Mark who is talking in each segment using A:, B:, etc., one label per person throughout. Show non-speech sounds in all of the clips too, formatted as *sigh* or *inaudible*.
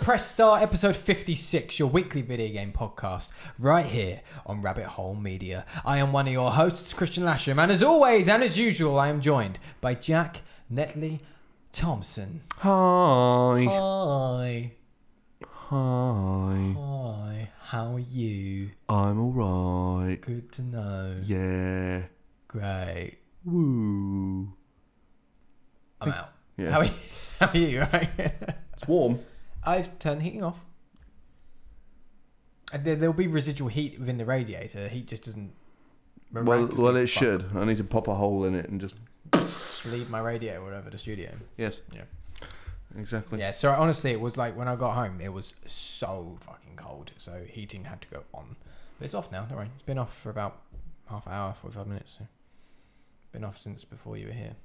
A: Press Start, episode 56, your weekly video game podcast, right here on Rabbit Hole Media. I am one of your hosts, Christian Lasham, and as always and as usual, I am joined by Jack Netley Thompson.
B: Hi.
A: Hi.
B: Hi.
A: Hi. How are you?
B: I'm alright.
A: Good to know.
B: Yeah.
A: Great.
B: Woo.
A: I'm out.
B: Yeah.
A: How are you? *laughs* How are you, right?
B: It's warm.
A: I've turned the heating off. And there, there'll be residual heat within the radiator. Heat just doesn't.
B: Well,
A: miraculously
B: well, it
A: fuck
B: should. I need to pop a hole in it and just.
A: leave my radiator all over the studio.
B: Yes.
A: Yeah.
B: Exactly.
A: Yeah, so honestly, it was like when I got home, it was so fucking cold. So heating had to go on. But it's off now, don't worry. It's been off for about half an hour, 45 minutes. So. Been off since before you were here.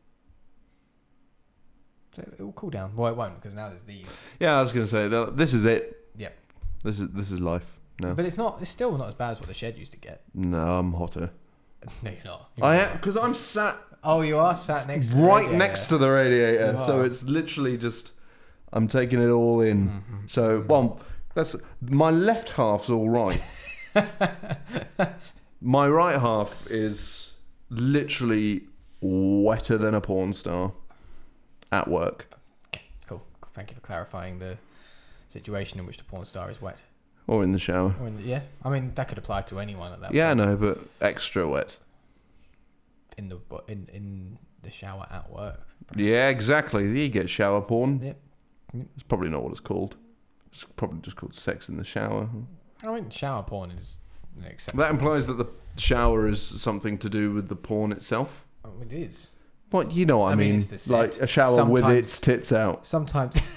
A: So it will cool down. Well, it won't because now there's these.
B: Yeah, I was gonna say that. This is it.
A: Yep.
B: This is this is life. No.
A: But it's not. It's still not as bad as what the shed used to get. *laughs*
B: no, I'm hotter.
A: no, you're not. You're
B: I
A: not.
B: am because I'm sat
A: Oh, you are sat next. To the
B: right
A: radiator.
B: next to the radiator,
A: You
B: so
A: are.
B: it's literally just I'm taking it all in.
A: Mm-hmm.
B: So,
A: Hmm.
B: well, that's my left half's
A: *laughs*
B: all right. my right half is literally wetter than a porn star at work.
A: Cool. Thank you for clarifying the situation in which the porn star is wet.
B: Or in the shower.
A: I mean, yeah, I mean that could apply to anyone at that.
B: Yeah, no, but extra wet.
A: Point in the bu- in in the shower at work.
B: Yeah, exactly. You get shower porn.
A: Yep.
B: It's probably not what it's called. It's probably just called sex in the shower.
A: I mean, shower porn is an exception.
B: That implies that the shower is something to do with the porn itself.
A: Oh, it is
B: Well, you know what I,
A: I mean,
B: mean.
A: it's the set.
B: like a shower with
A: Sometimes-
B: its tits out.
A: sometimes. *laughs*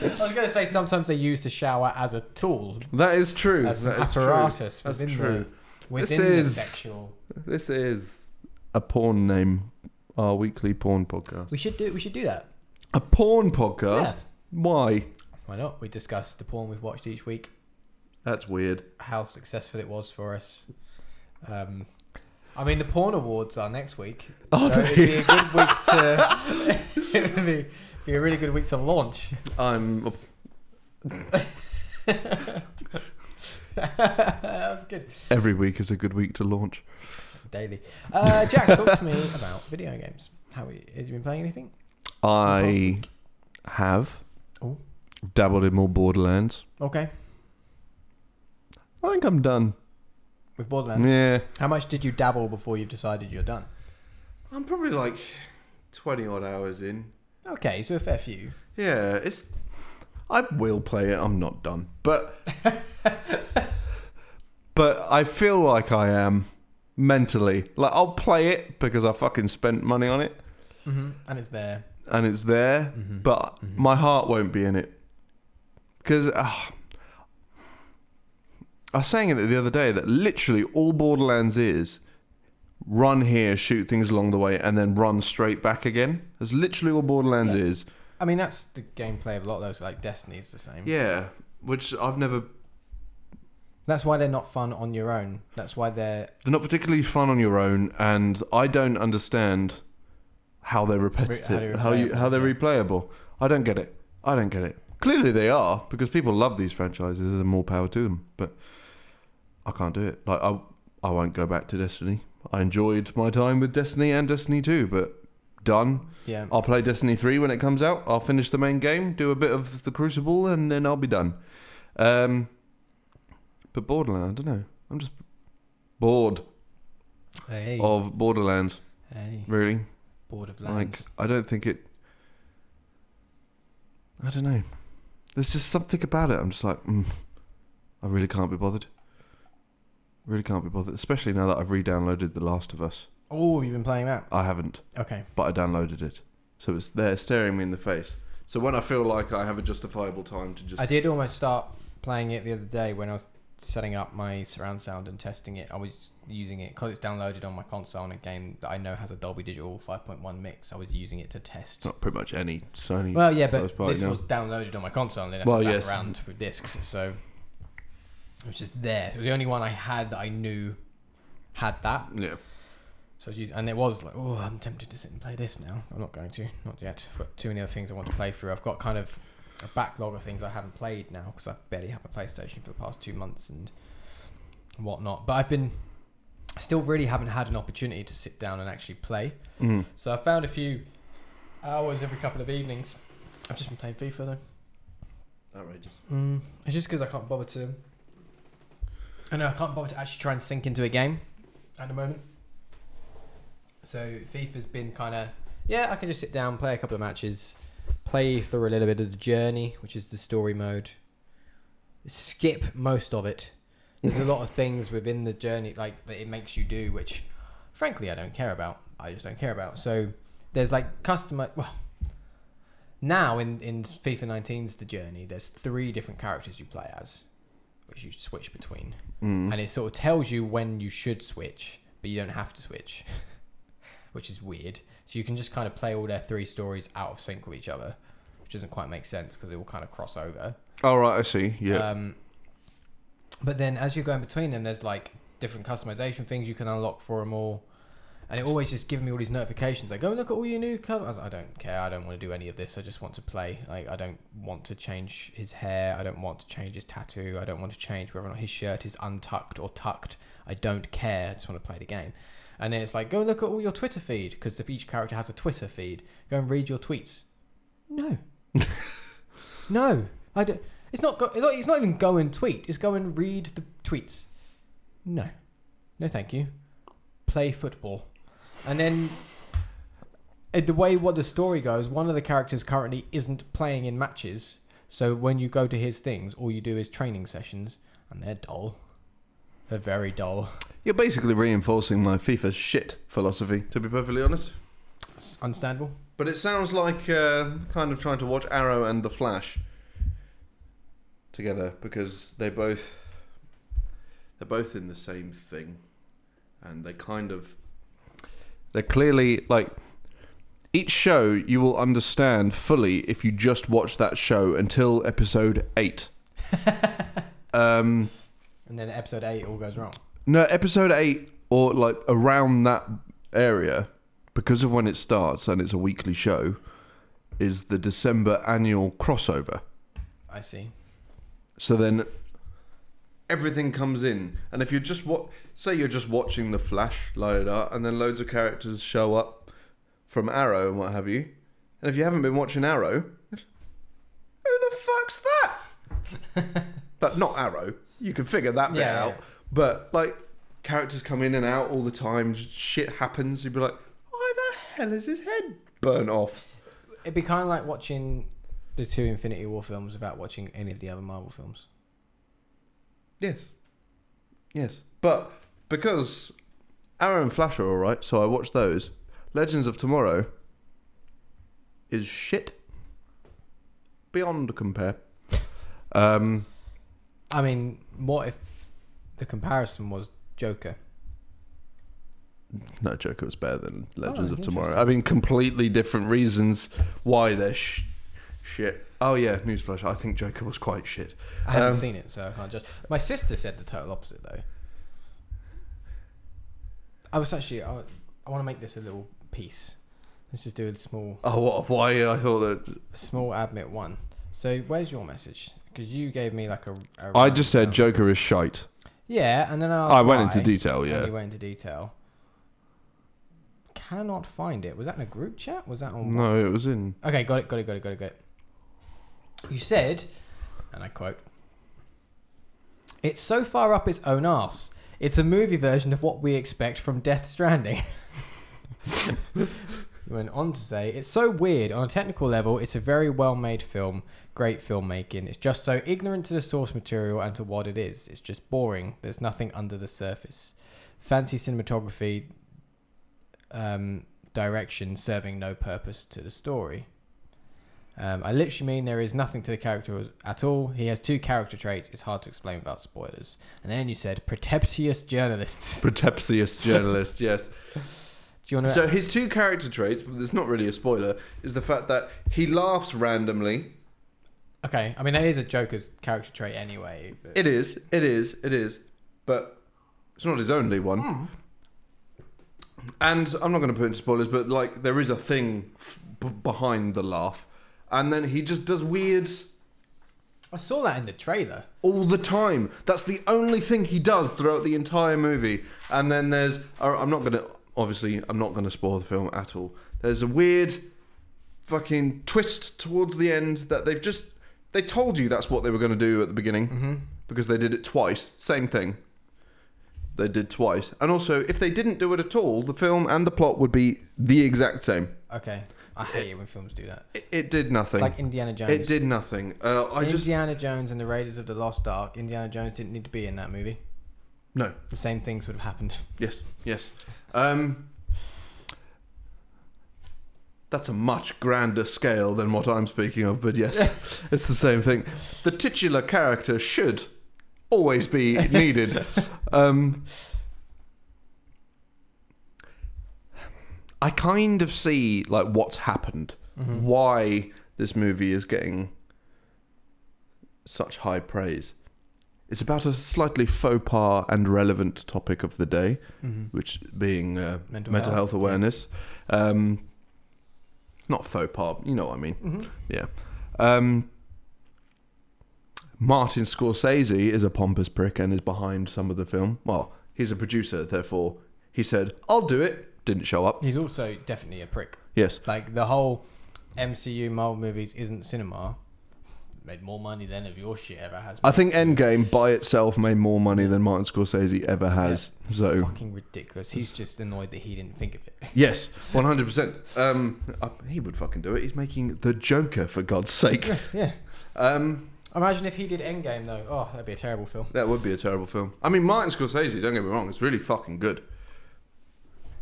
A: I was going to say sometimes they use the shower as a tool,
B: That is true.
A: as an
B: That is
A: apparatus
B: That's
A: within
B: true.
A: the within
B: This
A: the
B: is-
A: sexual.
B: true. This is a porn name. Our weekly porn podcast.
A: We should do we should do that.
B: A porn podcast.
A: Yeah.
B: Why?
A: Why not? We discuss the porn we've watched each week.
B: That's weird.
A: how successful it was for us. Um, I mean, the porn awards are next week, so it'd be a good week to. *laughs* it would be, be a really good week to launch. *laughs*
B: I'm.
A: that was good.
B: Every week is a good week to launch.
A: Daily. Uh, Jack, talk to me about video games. How are you, have you been playing anything?
B: I have
A: Oh.
B: dabbled in more Borderlands.
A: Okay,
B: I think I'm done.
A: with Borderlands.
B: Yeah.
A: How much did you dabble before you've decided you're done?
B: I'm probably like 20 odd hours in.
A: Okay, so a fair few.
B: Yeah, it's. I will play it. I'm not done, *laughs* but but I feel like I am mentally. Like I'll play it because I fucking spent money on it
A: hmm And it's there.
B: and it's there,
A: Mhm.
B: but my heart won't be in it because. I was saying it the other day that literally all Borderlands is run here, shoot things along the way, and then run straight back again. That's literally all Borderlands
A: Yeah.
B: is.
A: I mean, that's the gameplay of a lot of those. Like Destiny is the same.
B: Yeah, which I've never
A: That's why they're not fun on your own. That's why they're
B: They're not particularly fun on your own, and I don't understand how they're
A: they're
B: repetitive, how, you how they're
A: replayable,
B: replayable. I don't get it. I don't get it. Clearly they are because people love these franchises, and more power to them. But I can't do it. Like I, I won't go back to Destiny. I enjoyed my time with Destiny and Destiny Two, but done.
A: yeah.
B: I'll play Destiny Three when it comes out. I'll finish the main game, do a bit of the Crucible, and then I'll be done. Um, but Borderlands, I don't know. I'm just bored
A: Hey.
B: of Borderlands.
A: Hey,
B: Really,
A: Board of
B: like
A: Lands.
B: I don't think it. I don't know. There's just something about it. I'm just like, mm, I really can't be bothered. Really can't be bothered, especially now that I've re-downloaded The Last of Us.
A: oh, you've been playing that?
B: I haven't,
A: Okay.
B: but I downloaded it, so it's there staring me in the face. So when I feel like I have a justifiable time to just,
A: I did almost start playing it the other day when I was setting up my surround sound and testing it. I was using it because it's downloaded on my console and a game that I know has a Dolby Digital 5.1 mix. I was using it to test.
B: Not pretty much any Sony.
A: Well, yeah,
B: first
A: but
B: party
A: this
B: now.
A: was downloaded on my console and then I
B: Well,
A: well, back
B: yes.
A: around with discs, so it was just there. It was the only one I had that I knew had that.
B: yeah,
A: So I was using, and it was like, oh, I'm tempted to sit and play this now. I'm not going to, not yet. I've got too many other things I want to play through. I've got kind of a backlog of things I haven't played now because I barely have a PlayStation for the past two months and whatnot. But I've been still really haven't had an opportunity to sit down and actually play.
B: Mm.
A: So I found a few hours every couple of evenings. I've just been playing FIFA
B: Outrageous.
A: though. Mm. It's just because I can't bother to. I know I can't bother to actually try and sink into a game at the moment. So FIFA's been kind of yeah, I can just sit down, play a couple of matches, play through a little bit of the journey, which is the story mode. Skip most of it. There's
B: Mm-hmm.
A: a lot of things within the journey like that it makes you do, which frankly I don't care about. I just don't care about. So there's like customer well now in, in FIFA 19's The Journey, there's three different characters you play as, which you switch between
B: Mm.
A: and it sort of tells you when you should switch, but you don't have to switch, *laughs* which is weird. So you can just kind of play all their three stories out of sync with each other, which doesn't quite make sense because they all kind of cross over.
B: All Oh, right, I see. Yeah.
A: Um, but then as you're going between them, there's like different customization things you can unlock for them all. And it always just gives me all these notifications. Like, go and look at all your new colors. I don't care. I don't want to do any of this. I just want to play. Like, I don't want to change his hair. I don't want to change his tattoo. I don't want to change whether or not his shirt is untucked or tucked. I don't care. I just want to play the game. And then it's like, go and look at all your Twitter feed because each character has a Twitter feed. Go and read your tweets. No. no. I don't. It's not, go, it's not. It's not even go and tweet. It's go and read the tweets. No, no, thank you. Play football, and then uh, the way what the story goes, one of the characters currently isn't playing in matches. So when you go to his things, all you do is training sessions, and they're dull. They're very dull.
B: You're basically reinforcing my FIFA shit philosophy, to be perfectly honest.
A: It's understandable.
B: But it sounds like uh, kind of trying to watch Arrow and The Flash together because they both they're both in the same thing, and they kind of they're clearly like each show you will understand fully if you just watch that show until episode eight. um,
A: And then episode eight all goes wrong.
B: no, episode eight or like around that area, because of when it starts and it's a weekly show, is the December annual crossover.
A: I see.
B: So then everything comes in, and if you're just what say you're just watching the Flash, la da da, and then loads of characters show up from Arrow and what have you, and if you haven't been watching Arrow, who the fuck's that?
A: *laughs*
B: but not Arrow. You can figure that bit
A: Yeah,
B: out.
A: yeah.
B: But like characters come in and out all the time. Shit happens. You'd be like, why the hell is his head burnt off?
A: It'd be kind of like watching the two Infinity War films without watching any of the other Marvel films.
B: Yes. Yes. But because Arrow and Flash are alright, so I watch those. Legends of Tomorrow is shit. Beyond compare. Um,
A: I mean, what if the comparison was Joker?
B: no, Joker was better than Legends
A: Oh,
B: of Tomorrow. I mean, completely different reasons why they're sh- shit. Oh, yeah, newsflash. I think Joker was quite shit.
A: I haven't
B: Um,
A: seen it, so I can't judge. My sister said the total opposite, though. I was actually, I, want to make this a little piece. Let's just do a small,
B: Oh, what, why? I thought that.
A: a small admit one. So, where's your message? Because you gave me like a. a
B: I just said
A: rundown.
B: Joker is shite.
A: Yeah, and then I.
B: I went
A: Oh, why,
B: into detail,
A: and
B: yeah.
A: You went into detail. Cannot find it. Was that in a group chat? Was that on?
B: No, it was in.
A: Okay, got it, got it, got it, got it, got it. You said, and I quote, It's so far up its own arse. It's a movie version of what we expect from Death Stranding. you went on to say, It's so weird. On a technical level, it's a very well made film, great filmmaking. It's just so ignorant to the source material and to what it is. It's just boring. There's nothing under the surface. Fancy cinematography, um, direction serving no purpose to the story. Um, I literally mean there is nothing to the character at all. He has two character traits. It's hard to explain without spoilers. And then you said pretentious journalists. *laughs* Do
B: *laughs* Pretentious journalist, yes.
A: you want to?
B: So his two character traits, but it's not really a spoiler, is the fact that he laughs randomly.
A: okay, I mean that is a Joker's character trait anyway. But
B: It is, it is, it is, but it's not his only one. And I'm not going to put in spoilers, but like there is a thing f- b- behind the laugh, and then he just does weird
A: I saw that in the trailer.
B: all the time. That's the only thing he does throughout the entire movie. And then there's I- I'm not gonna obviously I'm not gonna spoil the film at all. There's a weird fucking twist towards the end that they've just they told you that's what they were gonna do at the beginning because they did it twice. Same thing. They did twice. And also, if they didn't do it at all, the film and the plot would be the exact same.
A: Okay, I hate it when films do that.
B: It, it did nothing.
A: It's like Indiana Jones.
B: it did nothing. Uh, I just
A: Indiana Jones and the Raiders of the Lost Ark. Indiana Jones didn't need to be in that movie.
B: no.
A: The same things would have happened. *laughs*
B: Yes, yes. Um, that's a much grander scale than what I'm speaking of, but yes, it's the same thing. The titular character should always be
A: *laughs*
B: needed. um, I kind of see like what's happened,
A: Mm-hmm.
B: why this movie is getting such high praise. It's about a slightly faux pas and relevant topic of the day
A: Mm-hmm.
B: which being uh, mental,
A: Mental
B: health,
A: health, yeah.
B: awareness. Um, not faux pas, you know what I mean.
A: Mm-hmm.
B: Um, Martin Scorsese is a pompous prick and is behind some of the film. Well, he's a producer, therefore he said, "I'll do it." Didn't show up.
A: He's also definitely a prick.
B: Yes,
A: Like the whole MCU Marvel movies isn't cinema. Made more money than of your shit ever has.
B: I think
A: made.
B: Endgame by itself made more money than Martin Scorsese ever has. So
A: fucking ridiculous. He's just annoyed that he didn't think of it. *laughs*
B: Yes, one hundred percent. Um, uh, He would fucking do it. He's making the Joker for God's sake.
A: Yeah, yeah.
B: Um,
A: Imagine if he did Endgame though. Oh, that'd be a terrible film.
B: That would be a terrible film. I mean, Martin Scorsese, don't get me wrong, it's really fucking good.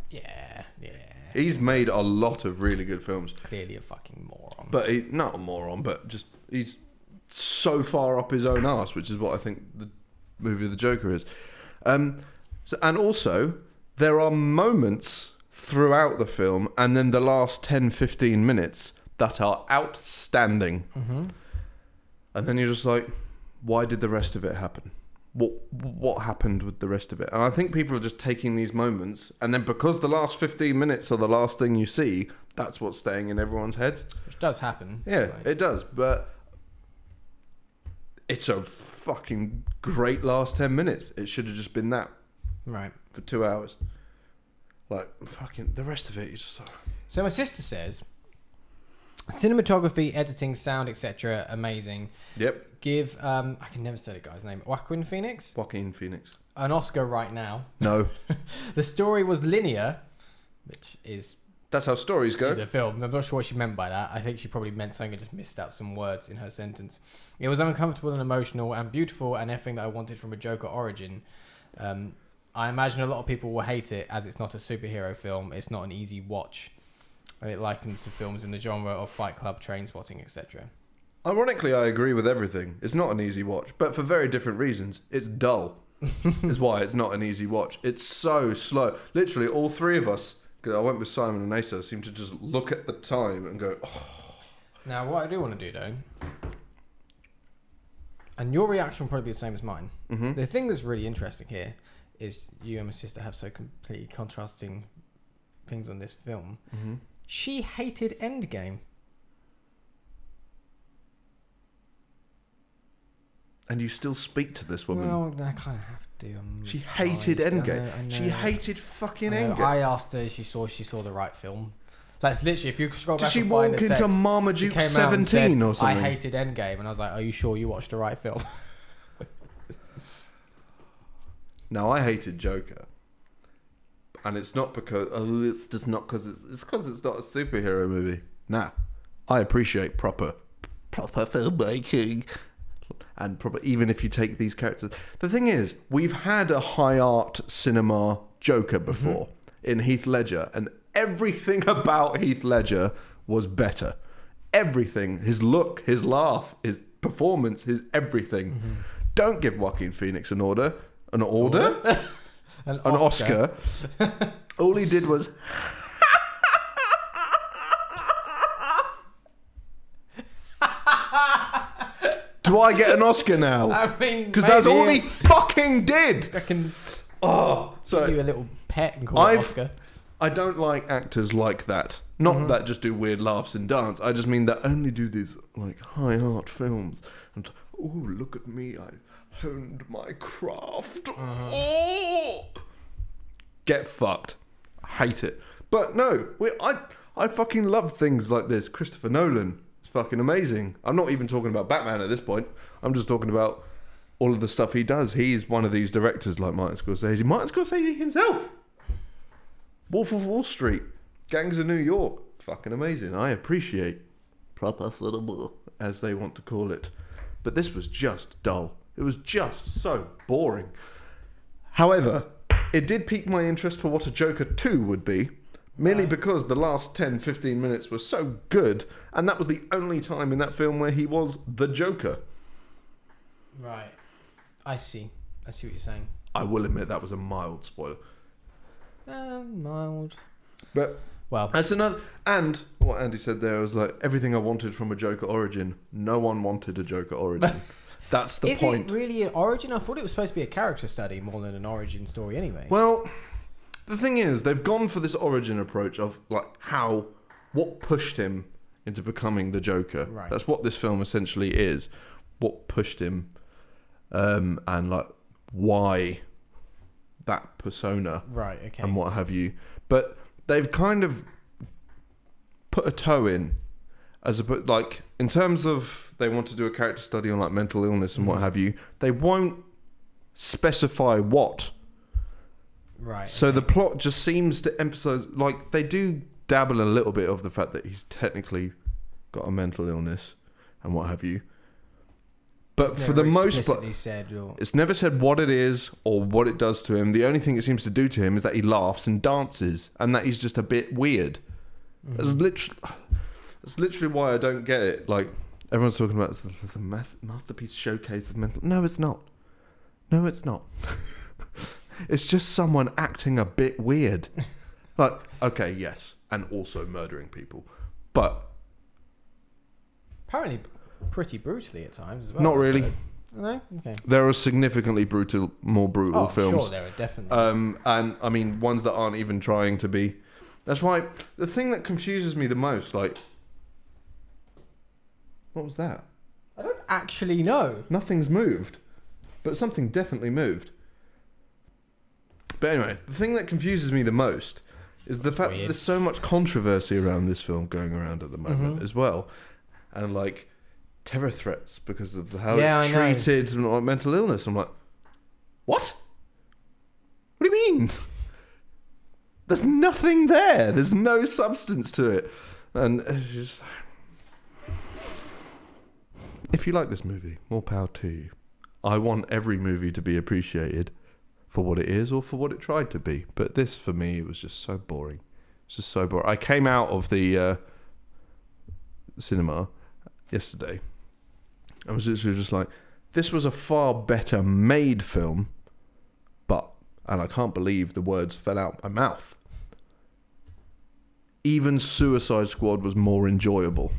A: Yeah, yeah.
B: He's made a lot of really good films,
A: Clearly a fucking moron.
B: but he, not a moron, but just he's so far up his own ass, which is what I think the movie of the Joker is. Um, so, and also, there are moments throughout the film and then the last 10 15 minutes that are outstanding.
A: mm-hmm.
B: And then you're just like, why did the rest of it happen? What what happened with the rest of it? And I think people are just taking these moments, and then because the last 15 minutes are the last thing you see, that's what's staying in everyone's heads.
A: Which does happen.
B: Yeah,
A: Like,
B: it does, but it's a fucking great last 10 minutes. It should have just been that
A: right.
B: for two hours. Like, fucking, the rest of it, you just like,
A: So my sister says, cinematography, editing, sound, etc. Amazing.
B: yep,
A: Give um, I can never say the guy's name. Joaquin Phoenix
B: Joaquin Phoenix.
A: an Oscar right now.
B: No,
A: The story was linear, which is
B: that's how stories go.
A: is a film. I'm not sure what she meant by that. I think she probably meant something and just missed out some words in her sentence. It was uncomfortable and emotional and beautiful and everything that I wanted from a Joker origin. Um, I imagine a lot of people will hate it as it's not a superhero film. It's not an easy watch. And it likens to films in the genre of Fight Club, Train Spotting, etc.
B: Ironically, I agree with everything. It's not an easy watch, but for very different reasons.
A: *laughs*
B: It's dull, is why it's not an easy watch. It's so slow. Literally, all three of us, 'cause I went with Simon and Asa, seem to just look at the time and go, oh,
A: Now, what I do want to do though, and your reaction will probably be the same as mine.
B: Mhm.
A: The thing that's really interesting here is you and my sister have so completely contrasting things on this film.
B: Mm-hmm.
A: She hated Endgame.
B: and you still speak to this woman.
A: Well, I kind of have to. I'm
B: she hated
A: biased. I
B: Endgame.
A: know, I
B: She
A: know.
B: hated fucking
A: I know.
B: Endgame.
A: I asked her. if She saw. She saw the right film. Like literally, if you scroll
B: Did
A: back
B: she
A: and find
B: walk
A: the
B: into
A: text, she
B: Marmaduke
A: came out and said,
B: 17 or something?
A: I hated Endgame, and I was like, "Are you sure you watched the right film?" *laughs*
B: Now I hated Joker, and it's not because oh, it's just not because it's it's because it's not a superhero movie. Nah, I appreciate proper proper filmmaking, and proper even if you take these characters. The thing is, we've had a high art cinema Joker before in Heath Ledger, and everything *laughs* about Heath Ledger was better. Everything, his look, his laugh, his performance, his everything. Don't give Joaquin Phoenix an order. An order?
A: An,
B: an Oscar. *laughs* All he did was. Do I get an Oscar
A: *laughs*
B: now?
A: I mean,
B: Because that's
A: maybe
B: all he fucking did.
A: I can
B: Oh,
A: give you
B: so
A: a little pet and call it
B: I've-
A: Oscar.
B: I don't like actors like that. Not that just do weird laughs and dance. I just mean that only do these like high art films and oh look at me, I honed my craft. Oh, get fucked. I hate it. But no, we, I I fucking love things like this. Christopher Nolan is fucking amazing. I'm not even talking about Batman at this point. I'm just talking about all of the stuff he does. He is one of these directors like Martin Scorsese. Martin Scorsese himself. Wolf of Wall Street, Gangs of New York, fucking amazing. I appreciate proper cinema, as they want to call it. But this was just dull. It was just so boring. However, it did pique my interest for what a Joker 2 would be, merely because the last 10 15 minutes were so good, and that was the only time in that film where he was the Joker.
A: Right. I see. I see what you're saying.
B: I will admit that was a mild spoiler.
A: Um, mild.
B: But
A: Well,
B: That's another. And what Andy said there was like everything I wanted from a Joker origin. No one wanted a Joker *laughs* origin. That's the
A: is
B: point.
A: it really an origin? I thought it was supposed to be a character study more than an origin story anyway.
B: Well, the thing is, they've gone for this origin approach of like how, what pushed him into becoming the Joker.
A: Right.
B: That's what this film essentially is. What pushed him, um, and like why that persona.
A: right, okay.
B: and what have you. But they've kind of put a toe in as a but like in terms of they want to do a character study on like mental illness and
A: Mm.
B: what have you. They won't specify what.
A: right.
B: So the plot just seems to emphasize like they do dabble a little bit of the fact that he's technically got a mental illness and what have you. But
A: It's
B: for the
A: never
B: most part,
A: explicitly said or-
B: it's never said what it is or what it does to him. The only thing it seems to do to him is that he laughs and dances, and that he's just a bit weird.
A: Mm-hmm.
B: That's literally, that's literally why I don't get it. Like everyone's talking about it's the, the math, masterpiece showcase of mental. No, it's not. No, it's not. *laughs* it's just someone acting a
A: *laughs*
B: bit weird. Like, okay, yes, and also murdering people, but
A: apparently pretty brutally at times as well.
B: Not really.
A: but- No? Okay.
B: there are significantly brutal, more brutal
A: oh,
B: films.
A: sure, there are definitely.
B: um, and I mean ones that aren't even trying to be. That's why the thing that confuses me the most, like, what was that?
A: I don't actually know.
B: Nothing's moved, but something definitely moved. But anyway, the thing that confuses me the most is the fact that
A: Weird.
B: there's so much controversy around this film going around at the moment
A: Mhm.
B: as well, and like terror threats because of how
A: Yeah,
B: it's
A: I know.
B: treated and like, mental illness. I'm like, what? What do you mean? There's nothing there. There's no substance to it, and it's just. If you like this movie, more power to you. I want every movie to be appreciated for what it is or for what it tried to be. But this, for me, it was just so boring. It's just so boring. I came out of the uh, cinema yesterday. I was literally just like, this was a far better made film, but, and I can't believe the words fell out my mouth. Even Suicide Squad was more enjoyable.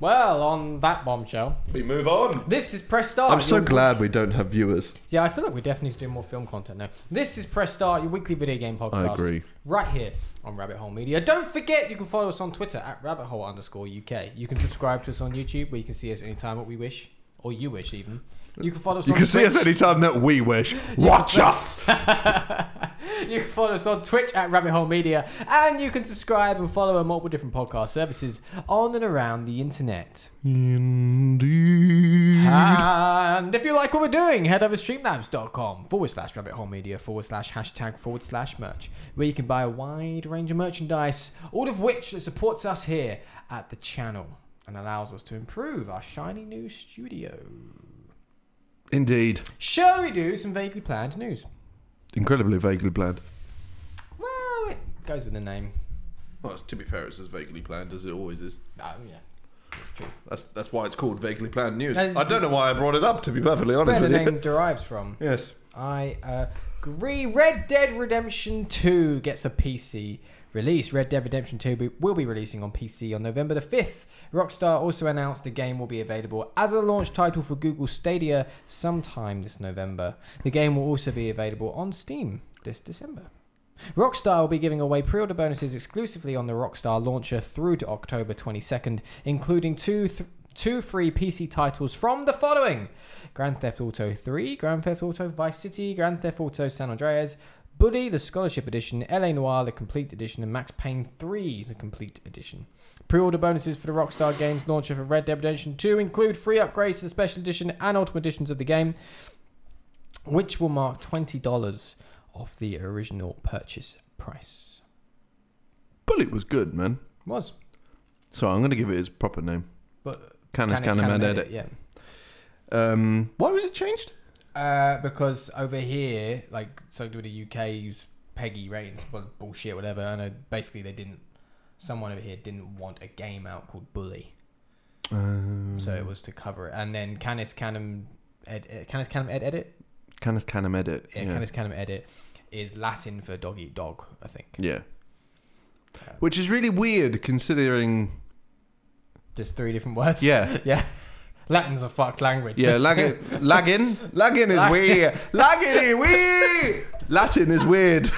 A: Well, on that bombshell,
B: We move on.
A: this is Press Start.
B: I'm so
A: your-
B: glad we don't have viewers.
A: Yeah, I feel like we definitely need to do more film content now. This is Press Start, your weekly video game podcast.
B: I agree.
A: right here on Rabbit Hole Media. Don't forget you can follow us on Twitter at rabbit hole underscore UK. You can subscribe to us on YouTube where you can see us anytime what we wish. Or you wish even. You can follow us
B: You
A: on
B: can see
A: Twitch.
B: us anytime that we wish. Watch us!
A: *laughs* you can follow us on Twitch at Rabbit Hole Media. And you can subscribe and follow on multiple different podcast services on and around the internet.
B: Indeed.
A: And if you like what we're doing, head over to streamlabs.com forward slash rabbit hole media forward slash hashtag forward slash merch, where you can buy a wide range of merchandise, all of which that supports us here at the channel and allows us to improve our shiny new studio.
B: Indeed.
A: Shall we do some vaguely planned news?
B: Incredibly vaguely planned.
A: Well, it goes with the name.
B: Well, it's- to be fair, it's as vaguely planned as it always is.
A: Um, yeah, that's true.
B: That's that's why it's called vaguely planned news.
A: That's-
B: I don't know why I brought it up. To be perfectly honest
A: Where the
B: with you.
A: name derives from.
B: *laughs* Yes.
A: I agree. Red Dead Redemption 2 gets a PC release. Red Dead Redemption 2 be- will be releasing on PC on November the 5th. Rockstar also announced the game will be available as a launch title for Google Stadia sometime this November. The game will also be available on Steam this December. Rockstar will be giving away pre order bonuses exclusively on the Rockstar launcher through to October 22nd, including two. Th- two free PC titles from the following Grand Theft Auto 3, Grand Theft Auto Vice City, Grand Theft Auto San Andreas, Buddy, the Scholarship Edition, LA Noir, the Complete Edition, and Max Payne 3, the Complete Edition. Pre order bonuses for the Rockstar Games launcher for Red Dead Redemption 2 include free upgrades to the Special Edition and Ultimate Editions of the game, which will mark $20 off the original purchase price.
B: Bullet was good, man.
A: Was.
B: So I'm going to give it its proper name.
A: But
B: Canis
A: Canis
B: Canem
A: Canem
B: and
A: edit,
B: Edit.
A: yeah.
B: Um, why was it changed?
A: Uh, because over here, like so do the UK use Peggy ratings, but bullshit, whatever. And uh, basically, they didn't. Someone over here didn't want a game out called Bully,
B: Um,
A: so it was to cover it. And then Canis Canum Ed, Ed Canis Canum Ed Edit,
B: Canis Canem Edit.
A: yeah, Canis Canum Edit is Latin for dog eat dog, I think.
B: Yeah. Which is really weird considering.
A: *laughs* Just three different words.
B: Yeah.
A: *laughs* yeah. Latin's a fucked language. *laughs*
B: Yeah, lagging. Lagging? Lagging is
A: Lag-
B: weird. Lagging is weird. Latin
A: *laughs*
B: is weird.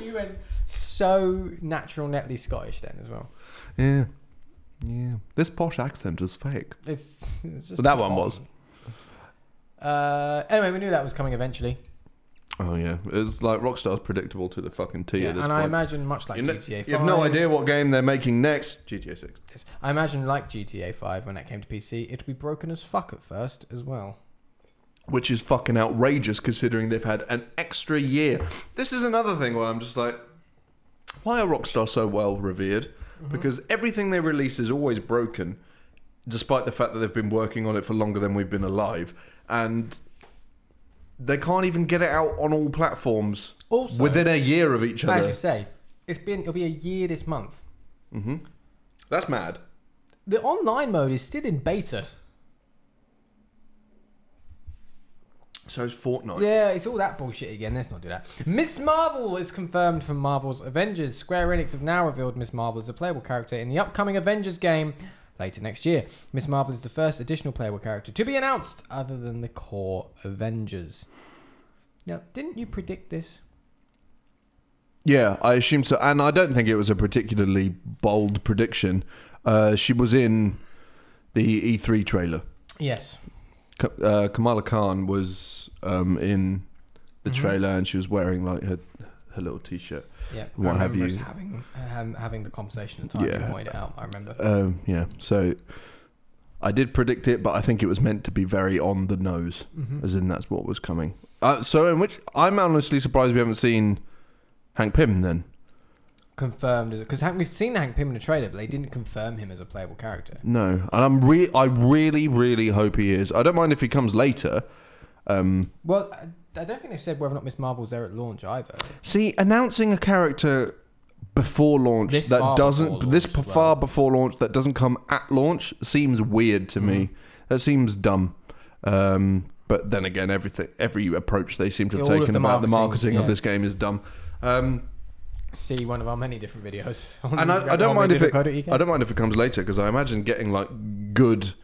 A: you went so natural, netly Scottish then as well.
B: Yeah. Yeah. This posh accent is fake.
A: It's, it's just
B: But that one
A: on.
B: was.
A: Uh, anyway, we knew that was coming eventually.
B: Oh, yeah. It's like Rockstar's predictable to the fucking T
A: Yeah,
B: at
A: and
B: this
A: I
B: point.
A: imagine much like
B: you, kn-
A: GTA 5.
B: you have no idea what game they're making next. GTA 6.
A: I imagine like GTA 5 when that came to PC, it'd be broken as fuck at first as well.
B: Which is fucking outrageous considering they've had an extra year. This is another thing where I'm just like, why are Rockstar so well revered? Because everything they release is always broken, despite the fact that they've been working on it for longer than we've been alive. And they can't even get it out on all platforms
A: Also,
B: within a year of each
A: as
B: other.
A: you say, it's been it'll be a year this month.
B: hmm That's mad.
A: The online mode is still in beta.
B: So is Fortnite.
A: Yeah, it's all that bullshit again. Let's not do that. Miss Marvel is confirmed from Marvel's Avengers. Square Enix have now revealed Miss Marvel as a playable character in the upcoming Avengers game later next year. Miss Marvel is the first additional playable character to be announced other than the core Avengers. Now, didn't you predict this?
B: Yeah, I assume so. And I don't think it was a particularly bold prediction. Uh, she was in the E3 trailer.
A: Yes.
B: Ka- Uh, Kamala Khan was um, in the
A: Mhm.
B: trailer and she was wearing like her, her little t shirt.
A: Yeah.
B: What
A: I
B: have
A: remember us
B: you-
A: having um, having the conversation at the time
B: Yeah.
A: you pointed it out. I remember.
B: Um, yeah, so I did predict it, but I think it was meant to be very on the nose,
A: Mhm.
B: as in that's what was coming. Uh, so, in which I'm honestly surprised we haven't seen Hank Pym then.
A: Confirmed as because we've seen Hank Pym in the trailer, but they didn't confirm him as a playable character.
B: No, and I'm re- I really, really hope he is. I don't mind if he comes later. Um,
A: Well, I, I don't think they've said whether or not Miss Marvel's there at launch either.
B: see, announcing a character before launch
A: This far
B: that
A: before
B: doesn't
A: launch
B: this
A: as
B: p-
A: well.
B: far before launch that doesn't come at launch seems weird to
A: Mm.
B: me. That seems dumb. Um, but then again, everything every approach they seem to have
A: All of
B: taken
A: the
B: about the
A: marketing,
B: marketing
A: yeah.
B: of this game is dumb. Um,
A: see one of our many different videos. *laughs*
B: and I, I don't mind if it I don't mind if it comes later because I imagine getting like good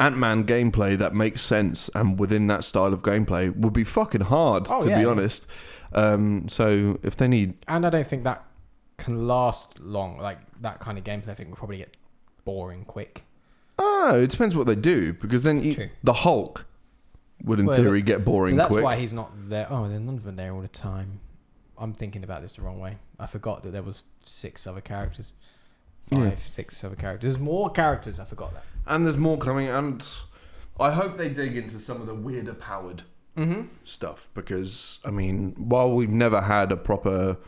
B: Ant Man gameplay that makes sense and within that style of gameplay would be fucking hard
A: Oh,
B: to
A: yeah.
B: be honest. Um, so if they need,
A: and I don't think that can last long. Like that kind of gameplay, I think will probably get boring quick.
B: oh, it depends what they do because then
A: That's
B: you-
A: true.
B: the Hulk would in
A: Well,
B: theory get boring
A: that's
B: quick.
A: why he's not there. Oh, then none of them are there all the time. I'm thinking about this the wrong way. I forgot that there was six other characters. Five,
B: Yeah.
A: six other characters. There's more characters. I forgot that.
B: and there's more coming, and I hope they dig into some of the weirder powered
A: Mm-hmm.
B: stuff because I mean, while we've never had a proper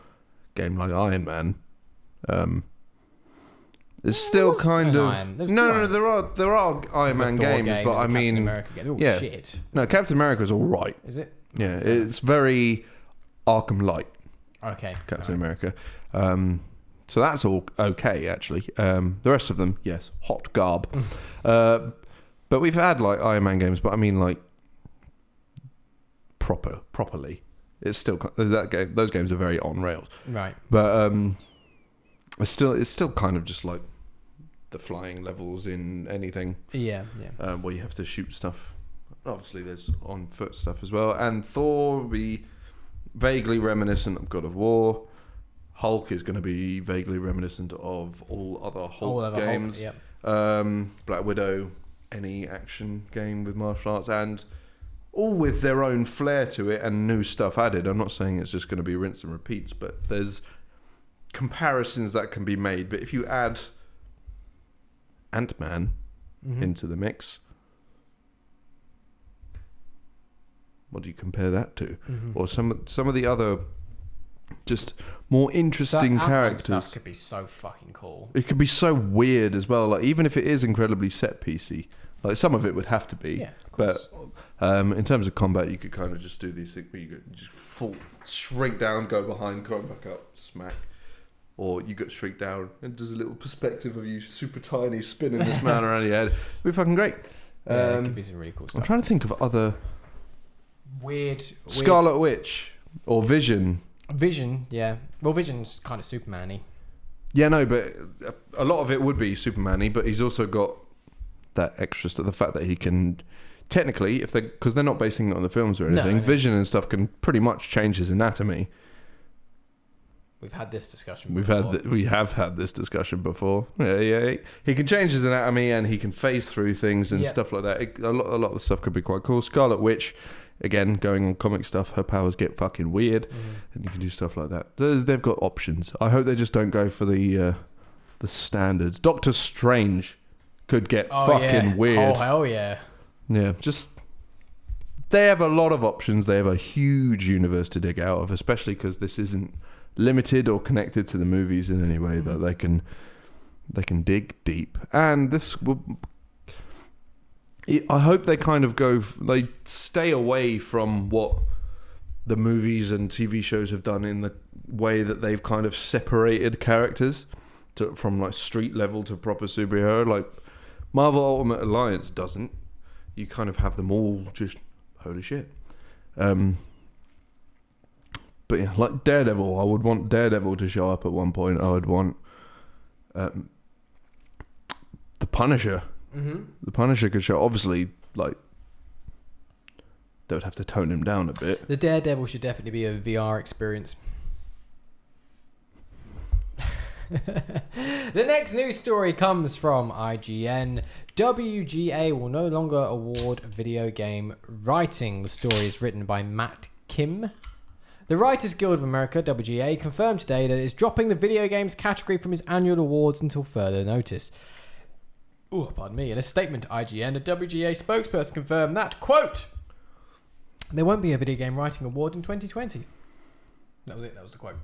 B: game like Iron Man, um, there's
A: There
B: still
A: was
B: kind
A: an
B: of
A: Iron- there
B: no,
A: was two
B: no, no,
A: Iron-
B: there are there are Iron Man games, but I mean,
A: America. game. They're all
B: yeah.
A: shit.
B: no, Captain America's all right.
A: Is it? Fair
B: Yeah,
A: enough.
B: it's very Arkham Light,
A: okay.
B: Captain
A: alright.
B: America. Um, so that's all okay, actually. Um, the rest of them, yes, hot garb. uh, but we've had like Iron Man games, but I mean like proper, properly. It's still uh, that game. Those games are very on rails,
A: Right.
B: but um, it's still it's still kind of just like the flying levels in anything
A: Yeah. Yeah.
B: um, where you have to shoot stuff. Obviously, there's on foot stuff as well. And Thor will be vaguely reminiscent of God of War. Hulk is going to be vaguely reminiscent of all other Hulk
A: All other Hulk,
B: games.
A: yep.
B: um, Black Widow, any action game with martial arts, and all with their own flair to it and new stuff added. I'm not saying it's just going to be rinse and repeats, but there's comparisons that can be made. But if you add Ant Man
A: Mhm.
B: into the mix, what do you compare that to?
A: Mhm.
B: Or some some of the other just more
A: So
B: interesting
A: Ant-Man
B: characters.
A: stuff could be so fucking cool.
B: It could be so weird as well. Like even if it is incredibly set piecey, like some of it would have to be.
A: Yeah, of course.
B: but um, in terms of combat, you could kind of just do these things where you could just fall, shrink down, go behind, come back up, smack. Or you get shrink down and does a little perspective of you super tiny spinning this man around your head. It'd be fucking great.
A: yeah, it
B: Um,
A: could be some really cool
B: I'm
A: stuff.
B: trying to think of other
A: Weird, weird
B: Scarlet Witch or Vision.
A: Vision, yeah. Well, Vision's kind of Superman-y.
B: Yeah, no, but a lot of it would be Superman-y, but he's also got that extra stuff. The fact that he can, technically, if they because they're not basing it on the films or
A: No,
B: anything,
A: no.
B: Vision and stuff can pretty much change his anatomy.
A: We've had this discussion.
B: We've
A: before.
B: had th- we have had this discussion before. Yeah, yeah, he- he can change his anatomy and he can phase through things and
A: Yeah.
B: stuff like that. It, a lot, a lot of stuff could be quite cool. Scarlet Witch, again, going on comic stuff, her powers get fucking weird.
A: Mhm.
B: and you can do stuff like that. There's, they've got options. I hope they just don't go for the uh, the standards. Doctor Strange could get
A: Oh,
B: fucking
A: yeah. Oh
B: weird.
A: hell yeah!
B: yeah, just they have a lot of options. They have a huge universe to dig out of, especially because this isn't limited or connected to the movies in any way that they can they can dig deep. And this will. I hope they kind of go. f- They stay away from what the movies and TV shows have done in the way that they've kind of separated characters to, from like street level to proper superhero. Like Marvel Ultimate Alliance doesn't. You kind of have them all just holy shit. Um, but yeah, like Daredevil, I would want Daredevil to show up at one point. I would want um, the Punisher.
A: Mm-hmm.
B: The Punisher could show. Obviously, like they would have to tone him down a bit.
A: The Daredevil should definitely be a VR experience. *laughs* the next news story comes from IGN. WGA will no longer award video game writing. The story is written by Matt Kim. The Writers Guild of America, WGA, confirmed today that it is dropping the video games category from its annual awards until further notice. Oh, pardon me. In a statement to IGN, a WGA spokesperson confirmed that, quote, there won't be a video game writing award in 2020. That was it. That was the quote.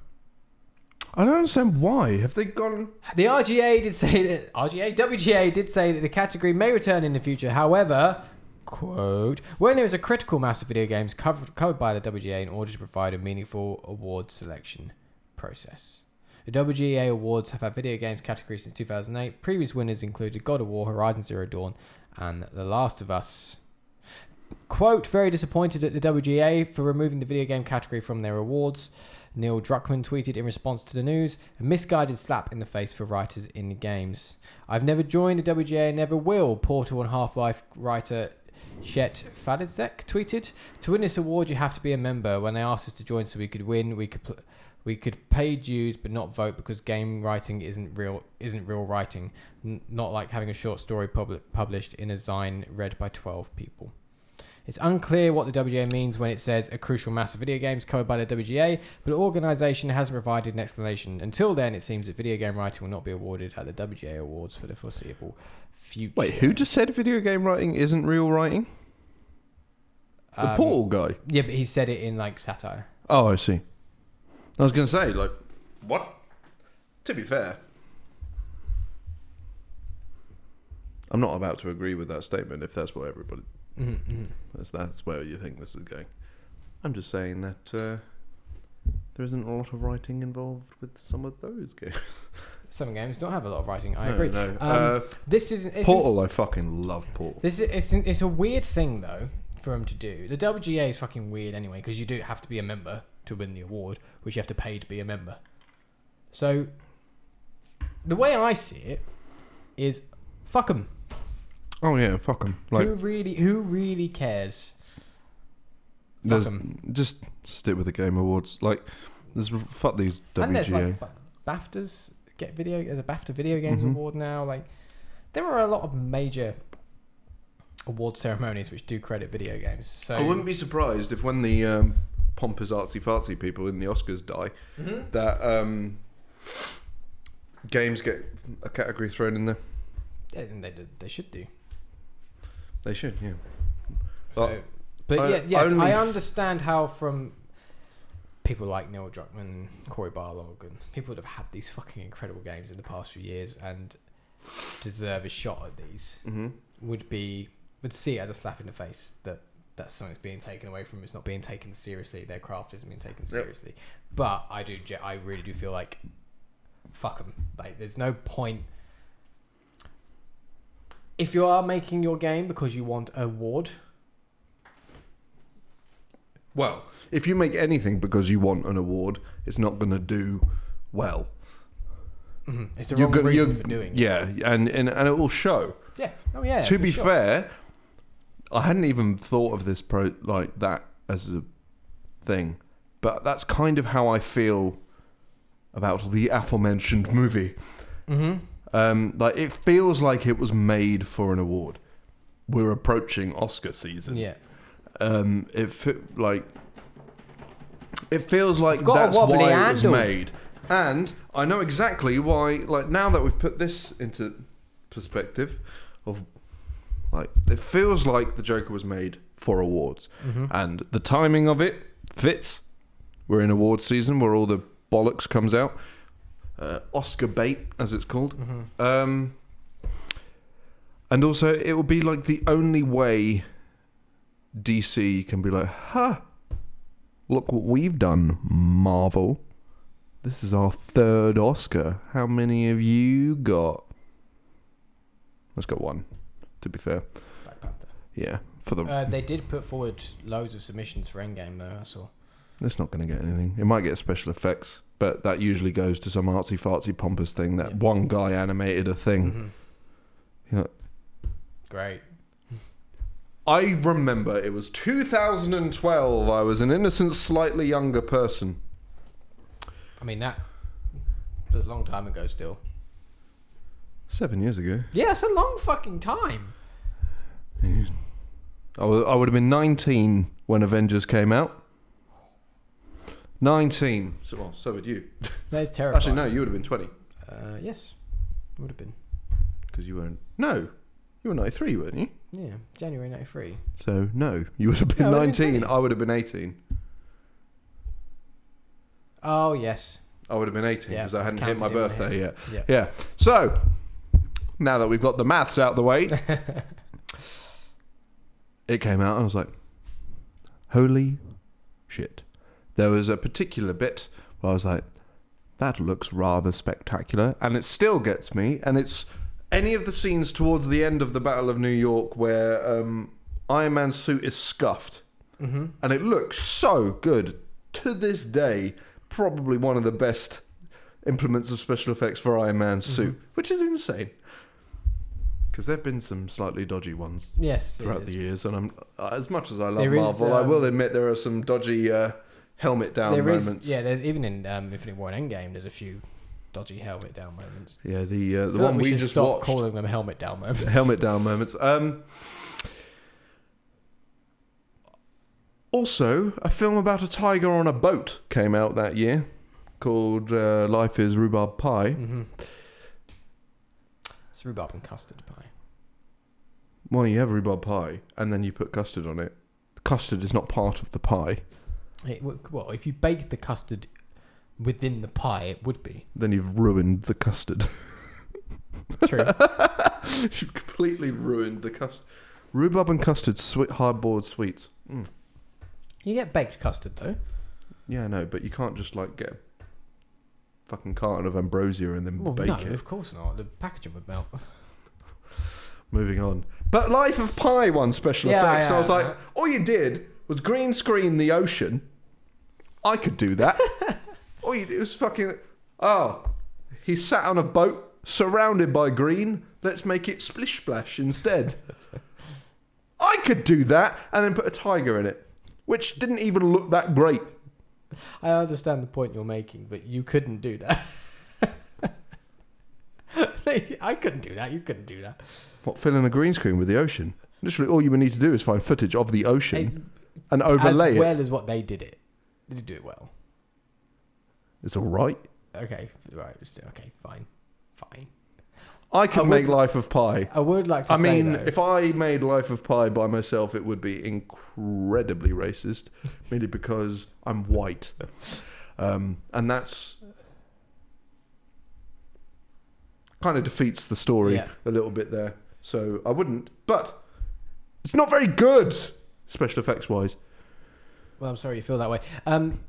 B: I don't understand why. Have they gone?
A: The RGA did say that RGA WGA did say that the category may return in the future. However, quote, when there is a critical mass of video games covered covered by the WGA in order to provide a meaningful award selection process. The WGA awards have had video games category since 2008. Previous winners included God of War, Horizon Zero Dawn, and The Last of Us. Quote, very disappointed at the WGA for removing the video game category from their awards. Neil Druckmann tweeted in response to the news, a misguided slap in the face for writers in games. I've never joined the WGA, never will, Portal and Half Life writer Shet Fadizek tweeted. To win this award, you have to be a member. When they asked us to join so we could win, we could. Pl- we could pay dues but not vote because game writing isn't real isn't real writing N- not like having a short story publi- published in a zine read by 12 people it's unclear what the WGA means when it says a crucial mass of video games covered by the WGA, but the organisation hasn't provided an explanation. Until then, it seems that video game writing will not be awarded at the WGA Awards for the foreseeable future.
B: Wait, who just said video game writing isn't real writing? The
A: Um,
B: Portal guy.
A: Yeah, but he said it in like satire.
B: Oh, I see. I was gonna say like what? To be fair, I'm not about to agree with that statement if that's what everybody
A: Mm-hmm.
B: that's, that's where you think this is going. I'm just saying that uh, there isn't a lot of writing involved with some of those games.
A: Some games don't have a lot of writing. I
B: No,
A: agree.
B: no.
A: Um,
B: Uh,
A: This is it's
B: Portal, I fucking love Portal.
A: This is it's, an- it's a weird thing though for him to do. The WGA is fucking weird anyway because you do have to be a member to win the award, which you have to pay to be a member. So the way I see it is fuck them.
B: Oh yeah, fuck 'em. Like
A: who really who really cares? Fuck
B: There's
A: 'em.
B: just stick with the game awards. Like There's fuck these
A: And there's like
B: WGA.
A: ba- BAFTAs get video. There's a BAFTA Video Games
B: Mhm.
A: Award now. Like there are a lot of major award ceremonies which do credit video games. So
B: I wouldn't be surprised if when the um, pompous artsy fartsy people in the Oscars die,
A: Mhm.
B: that um, games get a category thrown in there.
A: Yeah, and they, they should do.
B: They should, yeah.
A: So,
B: Well,
A: but
B: I-
A: yeah, yes,
B: only
A: I
B: f-
A: understand how from people like Neil Druckmann, Corey Barlog, and people that have had these fucking incredible games in the past few years and deserve a shot at these
B: Mm-hmm.
A: would be would see it as a slap in the face that that something's being taken away from. 'em, It's not being taken seriously. Their craft isn't being taken seriously. But I do, ge- I really do feel like fuck them. Like there's no point. If you are making your game because you want a award,
B: Well, if you make anything because you want an award, it's not going to do well.
A: Mhm. It's the
B: Mm-hmm. You're
A: wrong
B: go-
A: reason
B: you're-
A: for doing it.
B: yeah, and, and and it will show.
A: Yeah. Oh yeah.
B: to
A: for
B: be
A: sure.
B: fair, I hadn't even thought of this pro like that as a thing, but that's kind of how I feel about the aforementioned movie.
A: Mhm.
B: Um, like it feels like it was made for an award. We're approaching Oscar season.
A: Yeah.
B: Um, it fe- like it feels like
A: We've got a
B: that's
A: wobbly
B: why it was
A: handle.
B: made, and I know exactly why. Like now that we've put this into perspective, of like it feels like the Joker was made for awards,
A: Mhm.
B: and the timing of it fits. We're in awards season, where all the bollocks comes out, uh, Oscar bait as it's called.
A: Mhm.
B: Um, and also, it will be like the only way DC can be like, huh, look what we've done, Marvel. This is our third Oscar. How many have you got? Let's got one, to be fair.
A: Black Panther.
B: Yeah, for the.
A: Uh, they did put forward loads of submissions for Endgame though. I saw.
B: it's not going to get anything. It might get special effects, but that usually goes to some artsy fartsy pompous thing that
A: Yeah.
B: one guy animated a thing.
A: Mhm.
B: You know,
A: Great.
B: I remember it was 2012. I was an innocent, slightly younger person.
A: I mean that was a long time ago still.
B: Seven years ago.
A: Yeah, it's a long fucking time.
B: I wa- I would have been 19 when Avengers came out. 19. So, well, so would you.
A: That is terrifying.
B: Actually, no, you would have been 20.
A: Uh, yes, would have been.
B: Because you weren't. No. You were 93, weren't you?
A: Yeah, January '93.
B: So, no. You would have
A: Yeah, I
B: been
A: would have been
B: 19.
A: 20.
B: I would have been 18.
A: Oh yes.
B: I would have been 18
A: Yeah,
B: because I hadn't hit
A: counted
B: my
A: in my
B: birthday yet. *laughs*
A: Yeah.
B: Yeah. So, now that we've got the maths out the way, it came out and I was like, holy shit. There was a particular bit where I was like, that looks rather spectacular. And it still gets me. And it's any of the scenes towards the end of the Battle of New York where um, Iron Man's suit is scuffed.
A: Mm-hmm.
B: And it looks so good to this day. Probably one of the best implements of special effects for Iron Man's suit, which is insane. Because there have been some slightly dodgy ones
A: Yes. it
B: throughout
A: is.
B: the years, and I'm uh, as much as I love
A: There is,
B: Marvel, I
A: um,
B: will admit there are some dodgy uh, helmet down
A: There is-
B: moments.
A: yeah. There's even in um, Infinite War and Endgame. There's a few dodgy helmet down moments.
B: Yeah, the uh,
A: I
B: the
A: feel like
B: one we,
A: should
B: just
A: stop
B: watched,
A: calling them helmet down moments. *laughs*
B: helmet down moments. Um, also, a film about a tiger on a boat came out that year called uh, "Life Is Rhubarb Pie."
A: Mm-hmm. It's rhubarb and custard pie.
B: Well, you have rhubarb pie, and then you put custard on it. Custard is not part of the pie.
A: It, would- well, if you baked the custard within the pie, it would
B: *laughs*
A: be
B: Then you've ruined the custard. *laughs*
A: true.
B: You've completely ruined the custard. Rhubarb and custard, sweet hard boiled sweets. Mm.
A: you get baked custard though.
B: Yeah, I know, but you can't just like get a fucking carton of ambrosia and then
A: Well,
B: bake
A: no,
B: it.
A: of course not. The packaging would melt.
B: Moving on. But Life of Pi won special
A: Yeah,
B: effects.
A: yeah,
B: I was like,
A: yeah.
B: all you did was green screen the ocean. I could do
A: *laughs*
B: that. all you did was fucking. Oh, he sat on a boat surrounded by green. Let's make it splish splash instead. I could do that and then put a tiger in it, which didn't even look that great.
A: *laughs* I understand the point you're making, but you couldn't do that. *laughs* I couldn't do that. You couldn't do that.
B: What, fill in the green screen with the ocean? Literally, all you would need to do is find footage of the ocean and
A: as
B: overlay it.
A: well as what they did it. They did do it well.
B: It's all right.
A: Okay, right. it's- Okay, fine, fine.
B: I
A: I would-
B: can make Life of Pi.
A: I would like to.
B: I
A: say,
B: mean,
A: though-
B: if I made Life of Pi by myself, it would be incredibly racist, *laughs* merely because I'm white. Um, and that's kind of defeats the story
A: Yeah.
B: a little bit there. So I wouldn't, but it's not very good, special effects wise.
A: well, I'm sorry you feel that way. Um,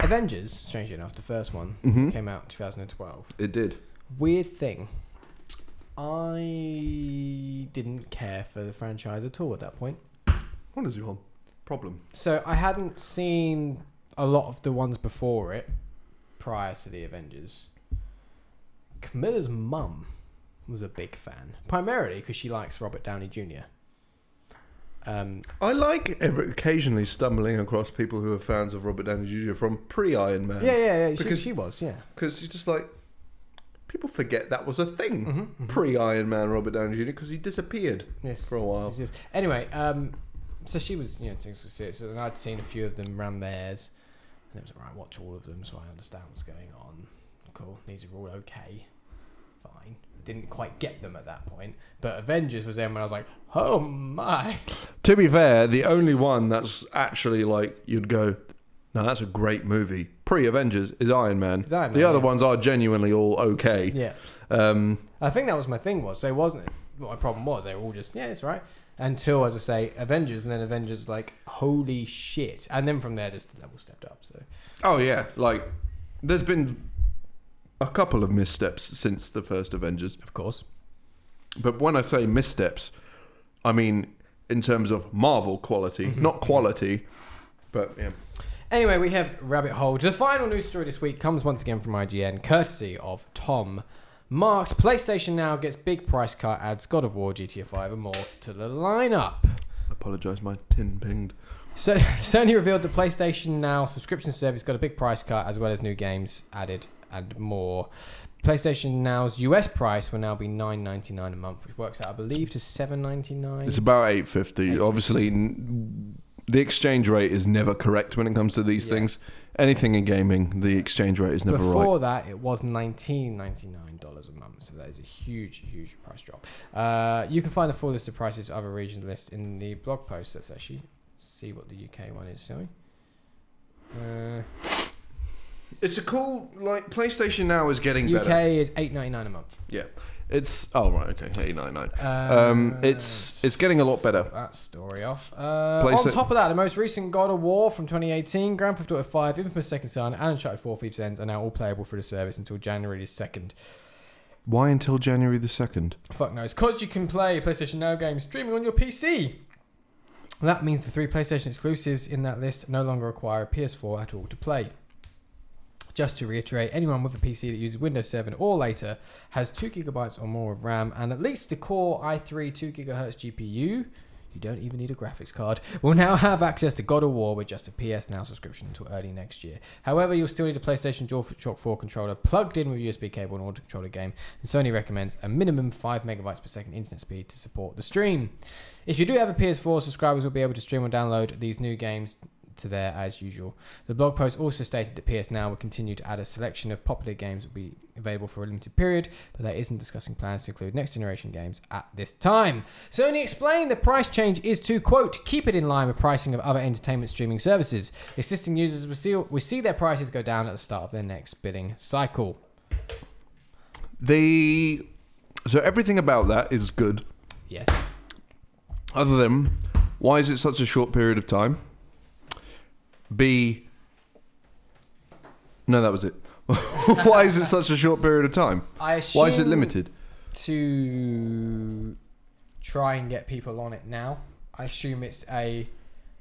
A: Avengers, strangely enough, the first one
B: Mm-hmm.
A: came out in 2012.
B: It did.
A: Weird thing. I didn't care for the franchise at all at that point.
B: What is your problem?
A: So I hadn't seen a lot of the ones before it prior to the Avengers. Camilla's mum was a big fan, primarily because she likes Robert Downey Jr. Um,
B: I like ever occasionally stumbling across people who are fans of Robert Downey Jr. from pre Iron Man.
A: yeah, yeah, yeah. She,
B: Um, because-
A: she was, yeah.
B: because you're just like people forget that was a thing
A: hmm
B: pre Iron Man Robert Downey Jr. because he disappeared.
A: yes,
B: for a while.
A: yes, yes. Anyway, um, so she was, you know, things were serious, and I'd seen a few of them ran theirs, and it was right. Watch all of them, so I understand what's going on. Cool, these are all okay, fine. Didn't quite get them at that point, but Avengers was then when I was like, oh
B: *laughs*
A: my,
B: To be fair, the only one that's actually like you'd go, no, that's a great movie. Pre Avengers is Iron Man.
A: It's Iron
B: the
A: Man,
B: other
A: yeah.
B: ones are genuinely all okay.
A: yeah.
B: Um,
A: I think that was my thing was they wasn't it? What my problem was they were all just yeah it's all right until as I say Avengers and then Avengers was like holy shit and then from there just the level stepped up so
B: oh yeah, like there's been a couple of missteps since the first Avengers.
A: of course
B: But when I say missteps, I mean in terms of Marvel quality,
A: Mm-hmm.
B: not quality, but yeah.
A: Anyway, we have Rabbit Hole. The final news story this week comes once again from IGN, courtesy of Tom Marks. PlayStation Now gets big price cut, adds God of War, GTA 5, and more to the lineup.
B: Apologise, my tin pinged.
A: So, *laughs* Sony revealed the PlayStation Now subscription service got a big price cut, as well as new games added and more. PlayStation Now's US price will now be nine ninety nine a month, which works out, I believe, to seven ninety nine.
B: It's about eight fifty. Obviously, n- the exchange rate is never correct when it comes to these
A: Yeah.
B: things. Anything in gaming, the exchange rate is never right.
A: Before that, it was nineteen ninety nine dollars a month, so that is a huge, huge price drop. Uh, you can find the full list of prices of other regions list in the blog post. Let's actually see what the UK one is, shall we? Uh,
B: It's a cool like PlayStation Now is getting
A: UK is eight ninety nine a month.
B: It's oh right, okay, eight nine nine.
A: Uh,
B: Um, it's it's getting a lot better.
A: cut that story off. Uh,
B: Place
A: on
B: it-
A: top of that, the most recent God of War from 2018, Grand Theft Auto 5, Infamous Second Son, and Uncharted 4 Thieves Ends are now all playable through the service until January the 2nd.
B: Why until January the second?
A: Fuck knows. Because you can play PlayStation Now games streaming on your PC. That means the three PlayStation exclusives in that list no longer require a PS4 at all to play. Just to reiterate, anyone with a PC that uses Windows 7 or later has 2 gigabytes or more of RAM and at least the Core i3 2 gigahertz GPU. You don't even need a graphics card. Will now have access to God of War with just a PS Now subscription until early next year. However, you'll still need a PlayStation DualShock 4 controller plugged in with USB cable in order to control the game. And Sony recommends a minimum 5 megabytes per second internet speed to support the stream. If you do have a PS4, subscribers will be able to stream or download these new games to there as usual. The blog post also stated that PS Now will continue to add a selection of popular games that will be available for a limited period, but that isn't discussing plans to include next generation games at this time. Sony explained the price change is to quote keep it in line with pricing of other entertainment streaming services. Existing users will see, will see their prices go down at the start of their next bidding cycle.
B: The so everything about that is good.
A: Yes.
B: Other than, why is it such a short period of time? B. No, that was it. *laughs* why is it such a short period of time?
A: I assume
B: Why is it limited?
A: to try and get people on it now. I assume it's a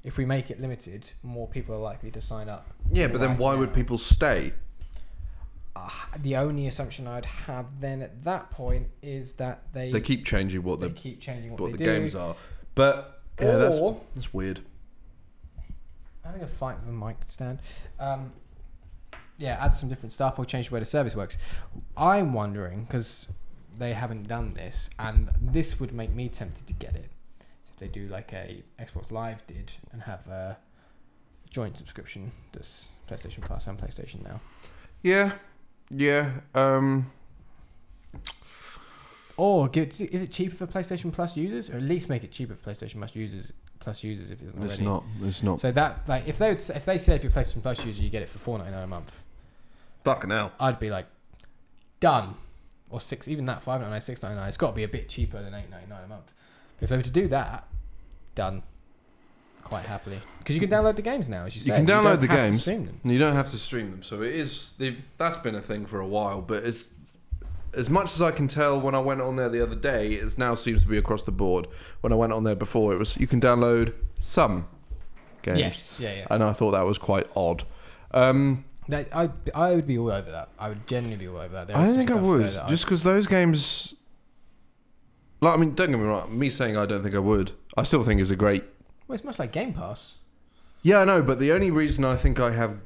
A: if we make it limited, more people are likely to sign up.
B: Yeah, but then
A: right
B: why
A: now.
B: would people stay?
A: Ah, the only assumption I'd have then at that point is that they
B: They keep changing what
A: they
B: the
A: keep changing what,
B: what the
A: they do.
B: games are. But yeah, that's
A: Or-
B: that's weird.
A: having a fight with a mic stand. Um, yeah, add some different stuff or change the way the service works. I'm wondering because they haven't done this, and this would make me tempted to get it. So if they do like a Xbox Live did and have a joint subscription, this PlayStation Plus and PlayStation Now,
B: Yeah, yeah. Um,
A: or give, is it cheaper for PlayStation Plus users, or at least make it cheaper for PlayStation Plus users? Plus users, if it isn't already.
B: it's not. It's not.
A: So that like if they would, s- if they said if you place some plus user you get it for four ninety nine a month,
B: Fucking hell.
A: I'd be like, done, or six even that five ninety nine six ninety nine. It's got to be a bit cheaper than eight ninety nine a month. If they were to do that, done, quite happily because you can download the games now as you
B: You
A: say.
B: can download
A: don't
B: the
A: have to
B: games.
A: stream them.
B: And you don't have to stream them, so it is. they've- That's been a thing for a while, but it's as much as I can tell. When I went on there the other day, it now seems to be across the board. When I went on there before, it was you can download some games,
A: Yes, yeah, yeah.
B: and I thought that was quite odd. Um,
A: That, I I would be all over that. I would genuinely be all over that. There
B: I
A: is
B: don't
A: some
B: think I
A: stuff there
B: would,
A: that I-
B: just because those games. Like, I mean, don't get me wrong. Me saying I don't think I would, I still think is a great
A: well, it's much like Game Pass.
B: Yeah, I know, but the only reason I think I have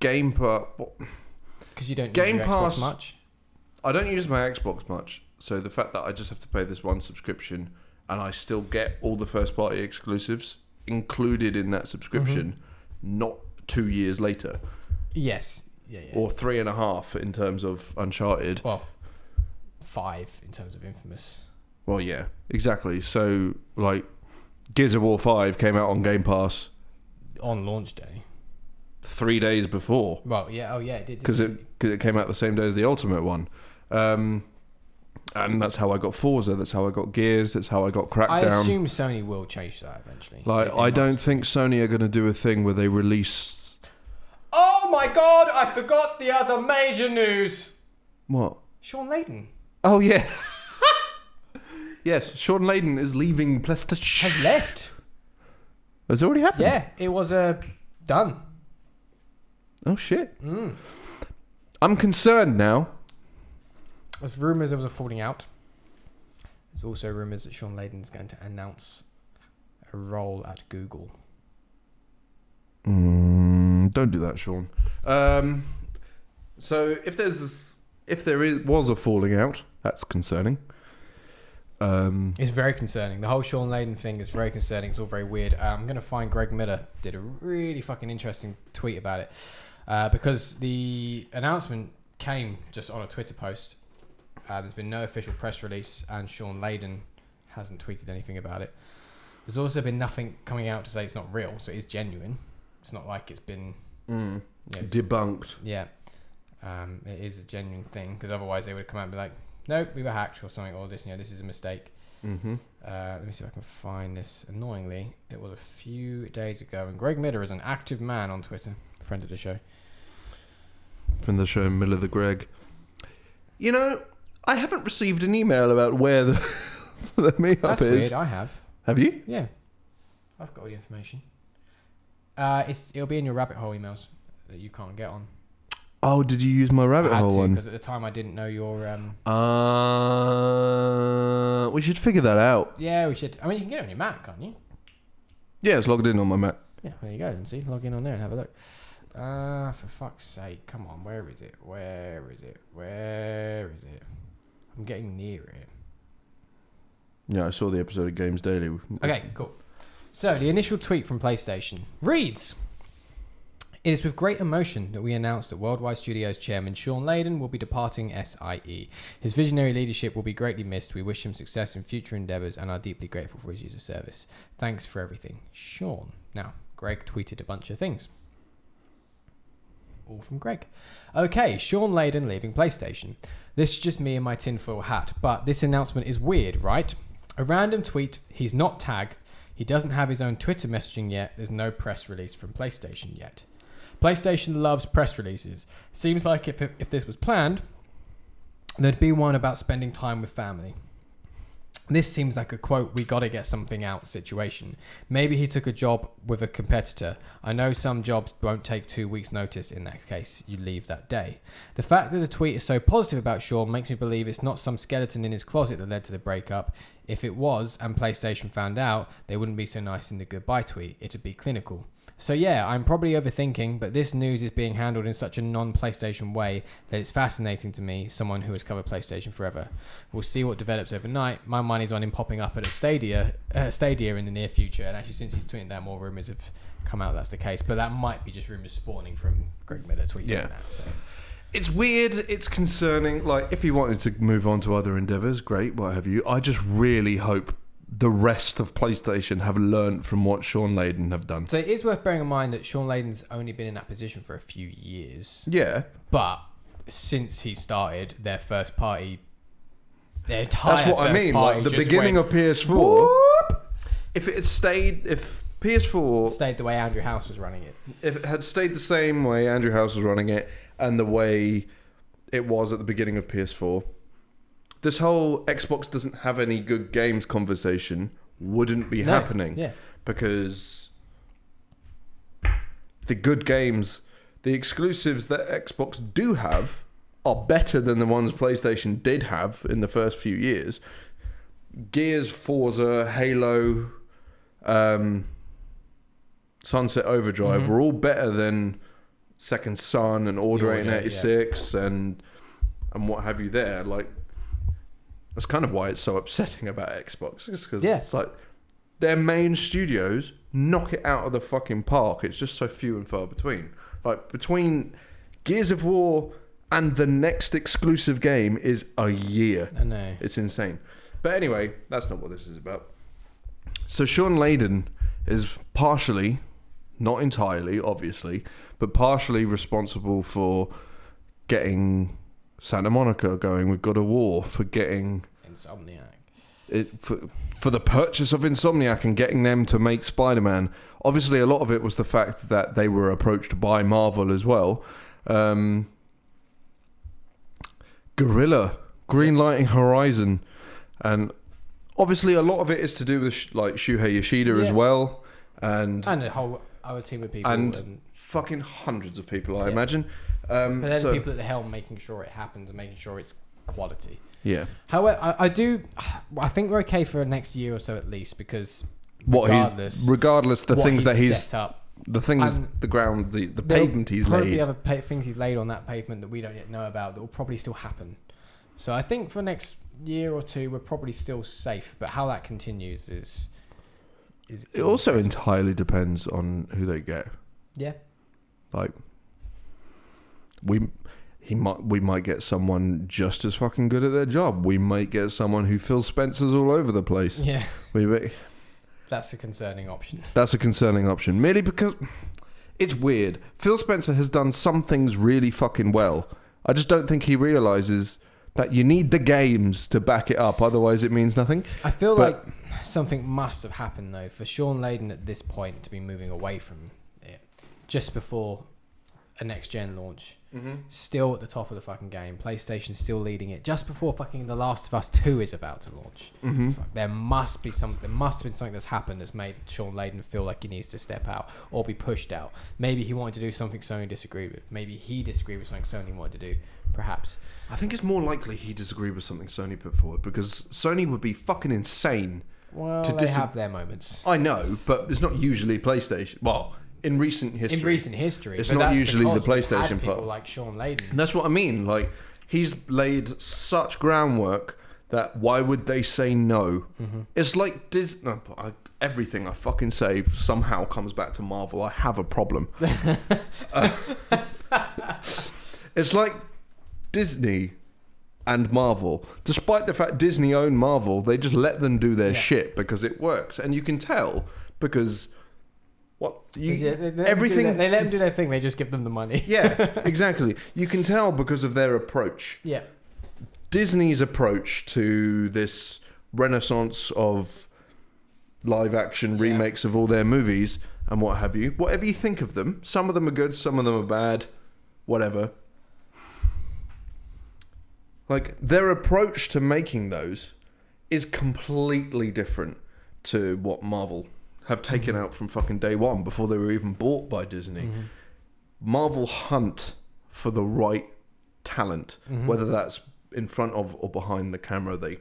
B: Game Pass,
A: Because you don't
B: Game
A: use your
B: Pass-
A: Xbox much.
B: I don't use my Xbox much, so the fact that I just have to pay this one subscription and I still get all the first party exclusives included in that subscription, not two years later
A: Yes, Mm-hmm. yeah, yeah.
B: or three and a half in terms of Uncharted.
A: well, five in terms of Infamous.
B: Well, yeah, exactly. So like, Gears of War Five came out on Game Pass
A: on launch day.
B: three days before.
A: Well, yeah, oh yeah, it did.
B: because it cause it came out the same day as the Ultimate one. Um, and that's how I got Forza. That's how I got Gears. That's how I got Crackdown.
A: I assume Sony will change that eventually.
B: like
A: They- they
B: I don't
A: must.
B: think Sony are going to do a thing where they release
A: Oh my god! I forgot the other major news.
B: what?
A: Sean Layden
B: Oh yeah. *laughs* yes, Sean Layden is leaving PlayStation.
A: has left.
B: Has already happened.
A: Yeah, it was uh, done. Mm.
B: Oh shit. I'm concerned now.
A: There's rumours there was a falling out. There's also rumours that Sean Layden's going to announce a role at Google.
B: Mm, don't do that, Sean. Um, so if there's this, if there is, was a falling out, that's concerning. Um,
A: It's very concerning. The whole Sean Layden thing is very concerning. It's all very weird. Uh, I'm going to find Greg Miller did a really fucking interesting tweet about it uh, because the announcement came just on a Twitter post. Uh, there's been no official press release, and Sean Layden hasn't tweeted anything about it. There's also been nothing coming out to say it's not real, so it is genuine. It's not like it's been
B: mm,
A: you know,
B: debunked.
A: yeah, um, it is a genuine thing because otherwise they would have come out and be like, "Nope, we were hacked" or something, or this, you know, this is a mistake.
B: Mm-hmm.
A: Uh, let me see if I can find this. Annoyingly, it was a few days ago, and Greg Miller is an active man on Twitter, friend of the show.
B: From the show Miller the Greg. You know, I haven't received an email about where the, *laughs* the meetup
A: That's
B: is.
A: weird. I have.
B: Have you?
A: Yeah, I've got all the information. Uh, it's it'll be in your rabbit hole emails that you can't get on.
B: Oh, did you use my rabbit
A: I had
B: hole one?
A: because at the time I didn't know your. Um,
B: Uh, we should figure that out.
A: yeah, we should. I mean, you can get it on your Mac, can't you?
B: Yeah, it's logged in on my Mac.
A: Yeah, there you go. Then see, log in on there and have a look. Ah, for fuck's sake! Come on, where is it? Where is it? Where is it? I'm getting near it.
B: Yeah, I saw the episode of Games Daily.
A: Okay, cool. So the initial tweet from PlayStation reads It is with great emotion that we announce that Worldwide Studios chairman Sean Layden will be departing SIE. His visionary leadership will be greatly missed. We wish him success in future endeavors and are deeply grateful for his years of service. Thanks for everything, Sean. Now, Greg tweeted a bunch of things. All from Greg. Okay, Sean Layden leaving PlayStation. This is just me and my tinfoil hat, but this announcement is weird, right? A random tweet, he's not tagged, he doesn't have his own Twitter messaging yet, there's no press release from PlayStation yet. PlayStation loves press releases. Seems like if, if this was planned, there'd be one about spending time with family. This seems like a quote, we gotta get something out situation. Maybe he took a job with a competitor. I know some jobs won't take two weeks' notice in that case. You leave that day. The fact that the tweet is so positive about Sean makes me believe it's not some skeleton in his closet that led to the breakup. If it was, and PlayStation found out, they wouldn't be so nice in the goodbye tweet. It'd be clinical. So yeah, I'm probably overthinking, but this news is being handled in such a non-PlayStation way that it's fascinating to me, someone who has covered PlayStation forever. We'll see what develops overnight. My money's on him popping up at a Stadia, uh, Stadia in the near future. And actually, since he's tweeting that, more rumors have come out that's the case. But that might be just rumors spawning from Greg Miller tweeting
B: Yeah.
A: that. So
B: It's weird. It's concerning. Like, if he wanted to move on to other endeavors, great, what have you. I just really hope the rest of PlayStation have learnt from what Sean Layden have done.
A: So it is worth bearing in mind that Sean Layden's only been in that position for a few years,
B: Yeah,
A: but since he started their first party, their entire
B: that's what I
A: first
B: mean.
A: party
B: Like the
A: just
B: beginning
A: went-
B: of PS4. If it had stayed, if PS4
A: stayed the way Andrew House was running it.
B: if it had stayed the same way Andrew House was running it and the way it was at the beginning of PS4, this whole Xbox doesn't have any good games conversation wouldn't be
A: No,
B: happening
A: Yeah,
B: because the good games, the exclusives that Xbox do have, are better than the ones PlayStation did have in the first few years. Gears, Forza, Halo, um, Sunset Overdrive
A: Mhm.
B: were all better than Second Son and Order
A: Order, yeah.
B: 86 and and what have you there. Like that's kind of why it's so upsetting about Xbox. It's because
A: Yeah.
B: it's like their main studios knock it out of the fucking park. It's just so few and far between. Like between Gears of War and the next exclusive game is a year.
A: I know.
B: It's insane. But anyway, that's not what this is about. So Sean Layden is partially, not entirely, obviously, but partially responsible for getting Santa Monica going with God of War, for getting
A: Insomniac.
B: it, for, for the purchase of Insomniac and getting them to make Spider Man. Obviously, a lot of it was the fact that they were approached by Marvel as well. Um, Gorilla, greenlighting Horizon, and obviously a lot of it is to do with sh- like Shuhei Yoshida as
A: Yeah.
B: well, and
A: And a whole other team of people.
B: And-
A: And,
B: fucking hundreds of people, I
A: Yeah.
B: imagine. Um,
A: but they're
B: so-
A: the people at the helm making sure it happens and making sure it's quality.
B: yeah,
A: However, I, I do. I think we're okay for next year or so at least because
B: what
A: regardless,
B: he's regardless the
A: what
B: things that he's
A: set up
B: the things
A: I'm-
B: the ground the, the
A: There'll
B: pavement he's
A: probably
B: laid.
A: other pa- things he's laid on that pavement that we don't yet know about that will probably still happen. So I think for next year or two, we're probably still safe. But how that continues is is
B: It also
A: interesting.
B: entirely depends on who they get.
A: yeah
B: Like we he might we might get someone just as fucking good at their job. We might get someone who Phil Spencer's all over the place.
A: yeah *laughs*
B: We may-
A: that's a concerning option.
B: that's a concerning option. Merely because it's weird. Phil Spencer has done some things really fucking well. I just don't think he realizes that you need the games to back it up otherwise it means nothing.
A: I feel
B: But-
A: like something must have happened though for Sean Layden at this point to be moving away from it just before a next gen launch. Still at the top of the fucking game, PlayStation still leading it. Just before fucking The Last of Us Two is about to launch.
B: Mhm.
A: Fuck, there must be something. There must have been something that's happened that's made Sean Layden feel like he needs to step out or be pushed out. Maybe he wanted to do something Sony disagreed with. Maybe he disagreed with something Sony wanted to do. Perhaps.
B: I think it's more likely he disagreed with something Sony put forward because Sony would be fucking insane.
A: Well,
B: To
A: they
B: dis-
A: have their moments
B: I know, but it's not usually PlayStation. Well, in recent history,
A: in recent history.
B: It's
A: but
B: not
A: that's
B: usually the
A: because we've had
B: PlayStation
A: people
B: part.
A: like Sean Layden.
B: And that's what I mean. Like he's laid such groundwork that why would they say no?
A: Mm-hmm.
B: It's like Dis- no, I, everything I fucking say somehow comes back to Marvel. I have
A: *laughs*
B: a problem. Uh, *laughs* it's like Disney and Marvel. Despite the fact Disney own Marvel, they just let them do their
A: Yeah.
B: shit because it works, and you can tell because what you
A: Yeah, they- they let them do
B: everything
A: their- they let them do their thing. They just give them the money. *laughs*
B: yeah, exactly. You can tell because of their approach.
A: Yeah,
B: Disney's approach to this renaissance of live action
A: Yeah.
B: remakes of all their movies and what have you. Whatever you think of them, some of them are good, some of them are bad, whatever. Like their approach to making those is completely different to what Marvel have taken out from fucking day one before they were even bought by Disney. Marvel hunt for the right talent, whether that's in front of or behind the camera. They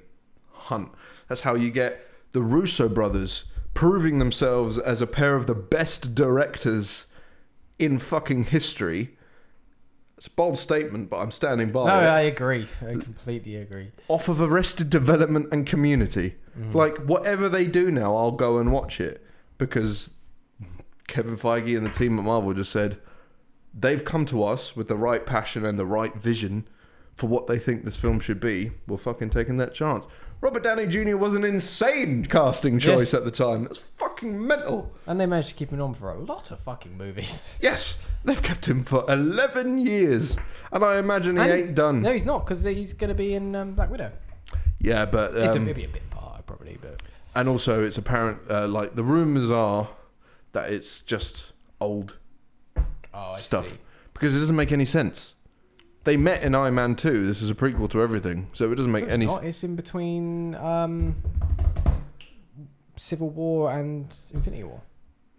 B: hunt. That's how you get the Russo brothers proving themselves as a pair of the best directors in fucking history. It's a bold statement, but I'm standing by
A: No,
B: it.
A: I agree. I completely agree.
B: Off of Arrested Development and Community.
A: Mm.
B: Like, whatever they do now, I'll go and watch it because Kevin Feige and the team at Marvel just said they've come to us with the right passion and the right vision for what they think this film should be. We're fucking taking that chance. Robert Downey Jr. was an insane casting
A: Yeah.
B: choice at the time. That's fucking mental.
A: And they managed to keep him on for a lot of fucking movies.
B: Yes, they've kept him for 11 years. And I imagine he
A: And-
B: ain't done.
A: no, he's not because he's going to be in um, Black Widow.
B: Yeah, but.
A: it's a,
B: um,
A: maybe a bit part probably, but
B: and also it's apparent uh, like the rumors are that it's just old
A: oh, I
B: stuff
A: see.
B: because it doesn't make any sense they met in iron man 2 this is a prequel to everything so it doesn't make
A: No, it's
B: any
A: not. It's in between um, Civil War and Infinity War.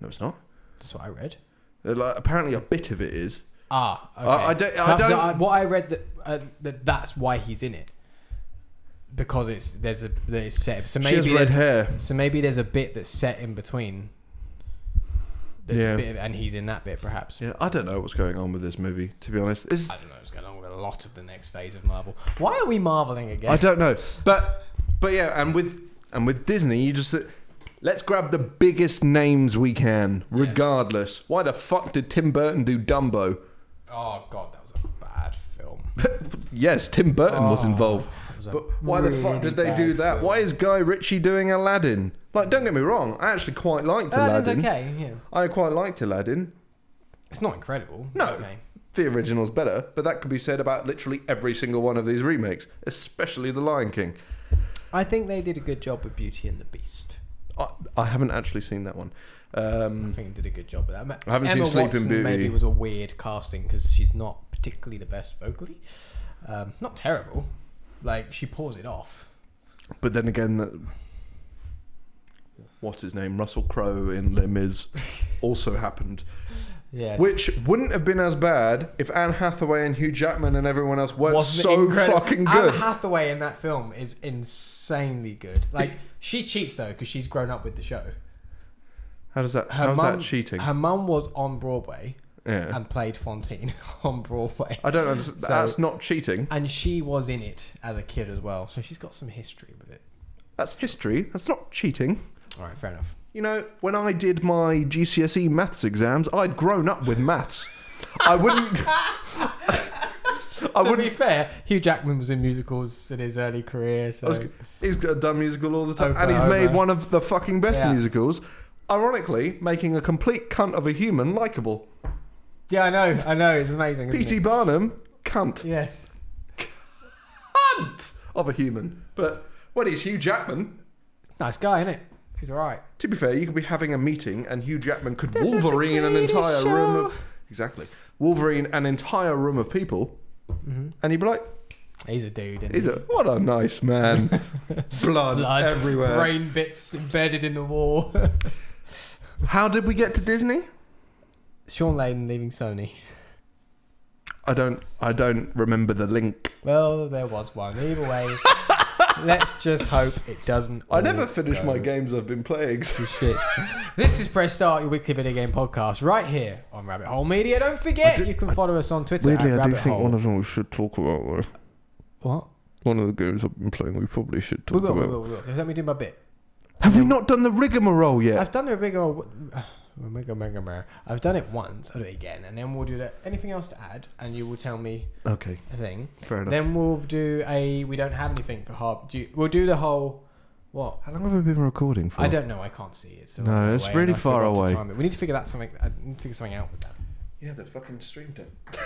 B: no it's not
A: That's what I read.
B: Uh, like, apparently a bit of it is
A: Ah, okay.
B: I- I don't- I
A: That was-
B: don't-
A: I- what I read that, uh, that that's why he's in it because it's there's a that it's set. So
B: she
A: maybe
B: has red
A: there's,
B: hair
A: so maybe there's a bit that's set in between. There's
B: Yeah.
A: a bit of, and he's in that bit perhaps.
B: yeah i don't know what's going on with this movie to be honest It's-
A: I don't know what's going on with a lot of the next phase of Marvel. Why are we marveling again?
B: I don't know, but but yeah, and with and with Disney, you just let's grab the biggest names we can, regardless. Why the fuck did Tim Burton do Dumbo?
A: oh god, that was a bad film.
B: Yes, Tim Burton was
A: Oh,
B: involved,
A: that was a
B: but why the fuck did
A: really
B: they do
A: bad
B: that?
A: film.
B: Why is Guy Ritchie doing Aladdin? Like, don't get me wrong, I actually quite liked
A: Aladdin's
B: Aladdin.
A: okay. Yeah,
B: I quite liked Aladdin.
A: it's not incredible.
B: No.
A: okay.
B: The original's better, but that could be said about literally every single one of these remakes, especially The Lion King.
A: I think they did a good job with Beauty and the Beast.
B: I, I haven't actually seen that one.
A: I
B: Um,
A: think did a good job with that. Ma-
B: I haven't
A: Emma
B: seen Sleeping
A: Watson
B: Beauty.
A: Maybe was a weird casting because she's not particularly the best vocally. Um, not terrible. Like she paws it off.
B: But then again, that what's his name, Russell Crowe in
A: *laughs*
B: Les Mis, also happened,
A: Yeah.
B: which wouldn't have been as bad if Anne Hathaway and Hugh Jackman and everyone else weren't so fucking
A: Anne
B: good.
A: Hathaway in that film is insanely good. Like
B: *laughs*
A: she cheats though because she's grown up with the show.
B: how does that?
A: Her
B: How's
A: mum,
B: that cheating?
A: Her mum was on Broadway
B: yeah,
A: and played Fontaine *laughs* on Broadway.
B: I don't understand.
A: So-
B: that's not cheating.
A: and she was in it as a kid as well, so she's got some history with it.
B: That's history. That's not cheating.
A: All right, fair enough.
B: You know, when I did my GCSE E maths exams, I'd grown up with maths. I
A: *laughs*
B: wouldn't. I
A: to
B: wouldn't.
A: be fair, Hugh Jackman was in musicals in his early career, so
B: I was- he's done musical all the time,
A: Over
B: and he's
A: and
B: made
A: over.
B: one of the fucking best
A: Yeah.
B: musicals. Ironically, making a complete cunt of a human likable.
A: yeah, I know, I know, it's amazing. isn't
B: P.T.
A: it?
B: Barnum, cunt,
A: Yes.
B: cunt of a human. But when he's Hugh Jackman,
A: Nice guy, isn't it? He's alright.
B: to be fair, you could be having a meeting and Hugh Jackman could Wolverine an entire room. Of, exactly, Wolverine an entire room of people,
A: Mm-hmm.
B: and he'd be like,
A: He's a dude, isn't
B: "He's
A: he?
B: a what a nice man."
A: *laughs*
B: Blood,
A: Blood
B: everywhere.
A: brain bits embedded in the wall. *laughs*
B: How did we get to Disney?
A: Sean Layden leaving Sony.
B: I don't. I don't remember the link.
A: Well, there was one. Either
B: *laughs*
A: way, let's just hope it doesn't.
B: I
A: all
B: never finish
A: go
B: my games I've been playing. *laughs* so-
A: to shit. this is Press Start, your weekly video game podcast, right here on Rabbit Hole Media. Don't forget, you can follow us on Twitter at Rabbit Hole.
B: of them we should talk about though.
A: what?
B: One of the games I've been playing, we probably should
A: We will, we will, we will. Just let me do my bit.
B: Have we not done the rigmarole yet?
A: I've done the big *sighs* old. Mega mega mega. I've done it once. I'll do it again, and then we'll do that. Anything else to add? And you will tell me
B: Okay,
A: a thing.
B: fair enough.
A: Then we'll do a. We don't have anything for Harb. Do you, we'll do the whole. What?
B: How long have we been recording for?
A: I don't know. I can't see it. So
B: No,
A: I'm
B: it's
A: away
B: really
A: and I
B: far
A: forgot to
B: away.
A: time it. We need to figure that something. I need to figure something out with that.
B: Yeah, the fucking stream deck.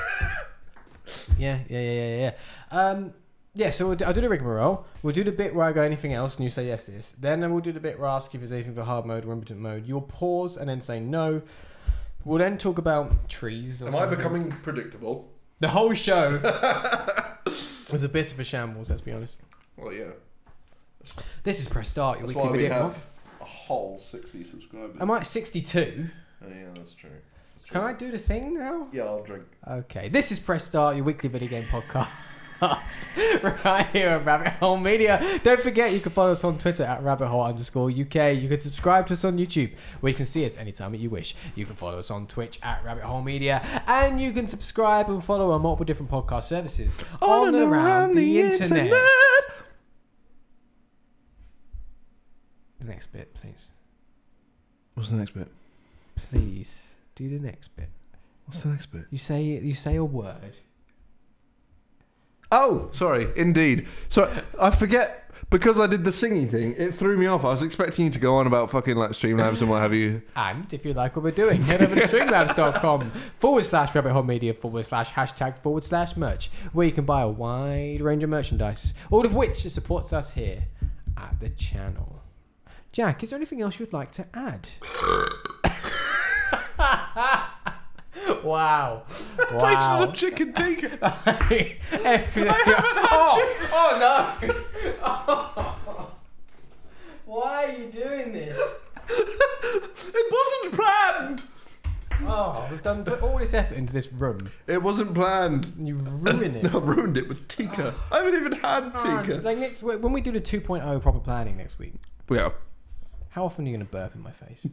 A: Yeah, yeah, yeah, yeah, yeah, yeah. Um, yeah, so we'll do, I'll do the rigmarole. We'll do the bit where I go anything else and you say yes to this. Then we'll do the bit where I ask you if there's anything for hard mode or impotent mode. You'll pause and then say no. We'll then talk about trees. Or
B: Am I
A: something.
B: becoming predictable?
A: The whole
B: *laughs*
A: show was a bit of a shambles, let's be honest.
B: Well, yeah.
A: This is Press Start, your
B: That's
A: weekly
B: why we
A: video.
B: have a whole 60 subscribers.
A: Am I at 62?
B: Oh, yeah, that's true. That's
A: Can
B: true.
A: I do the thing now?
B: Yeah, I'll drink.
A: Okay. This is Press Start, your weekly video game podcast. *laughs* podcast right here on Rabbit Hole Media. Don't forget you can follow us on Twitter at rabbit hole underscore UK. You can subscribe to us on YouTube where you can see us anytime that you wish. You can follow us on Twitch at Rabbit Hole Media. And you can subscribe and follow on multiple different podcast services on, and around, the, internet. The next bit, please.
B: What's the next bit?
A: Please do the next bit.
B: What's the next bit?
A: You say you say a word.
B: Oh, sorry. Indeed. Sorry, I forget because I did the singing thing. It threw me off. I was expecting you to go on about fucking like Streamlabs and what
A: *laughs*
B: have you.
A: And if you like what we're doing, head over to streamlabs.com forward slash rabbit hole media forward slash hashtag forward slash merch, where you can buy a wide range of merchandise, all of which supports us here at the channel. Jack, is there anything else you'd like to add? *laughs* wow. wow.
B: Tasted a chicken tikka.
A: *laughs* Everything- oh, oh no! *laughs* Why are you doing this?
B: It wasn't planned.
A: Oh, we've done put all this effort into this room,
B: It wasn't planned. *laughs*
A: and you ruin it.
B: I ruined it with tikka. I haven't even had tikka.
A: Like next, when we do the 2.0 proper planning next week,
B: Yeah.
A: how often are you going to burp in my
B: *laughs*
A: face?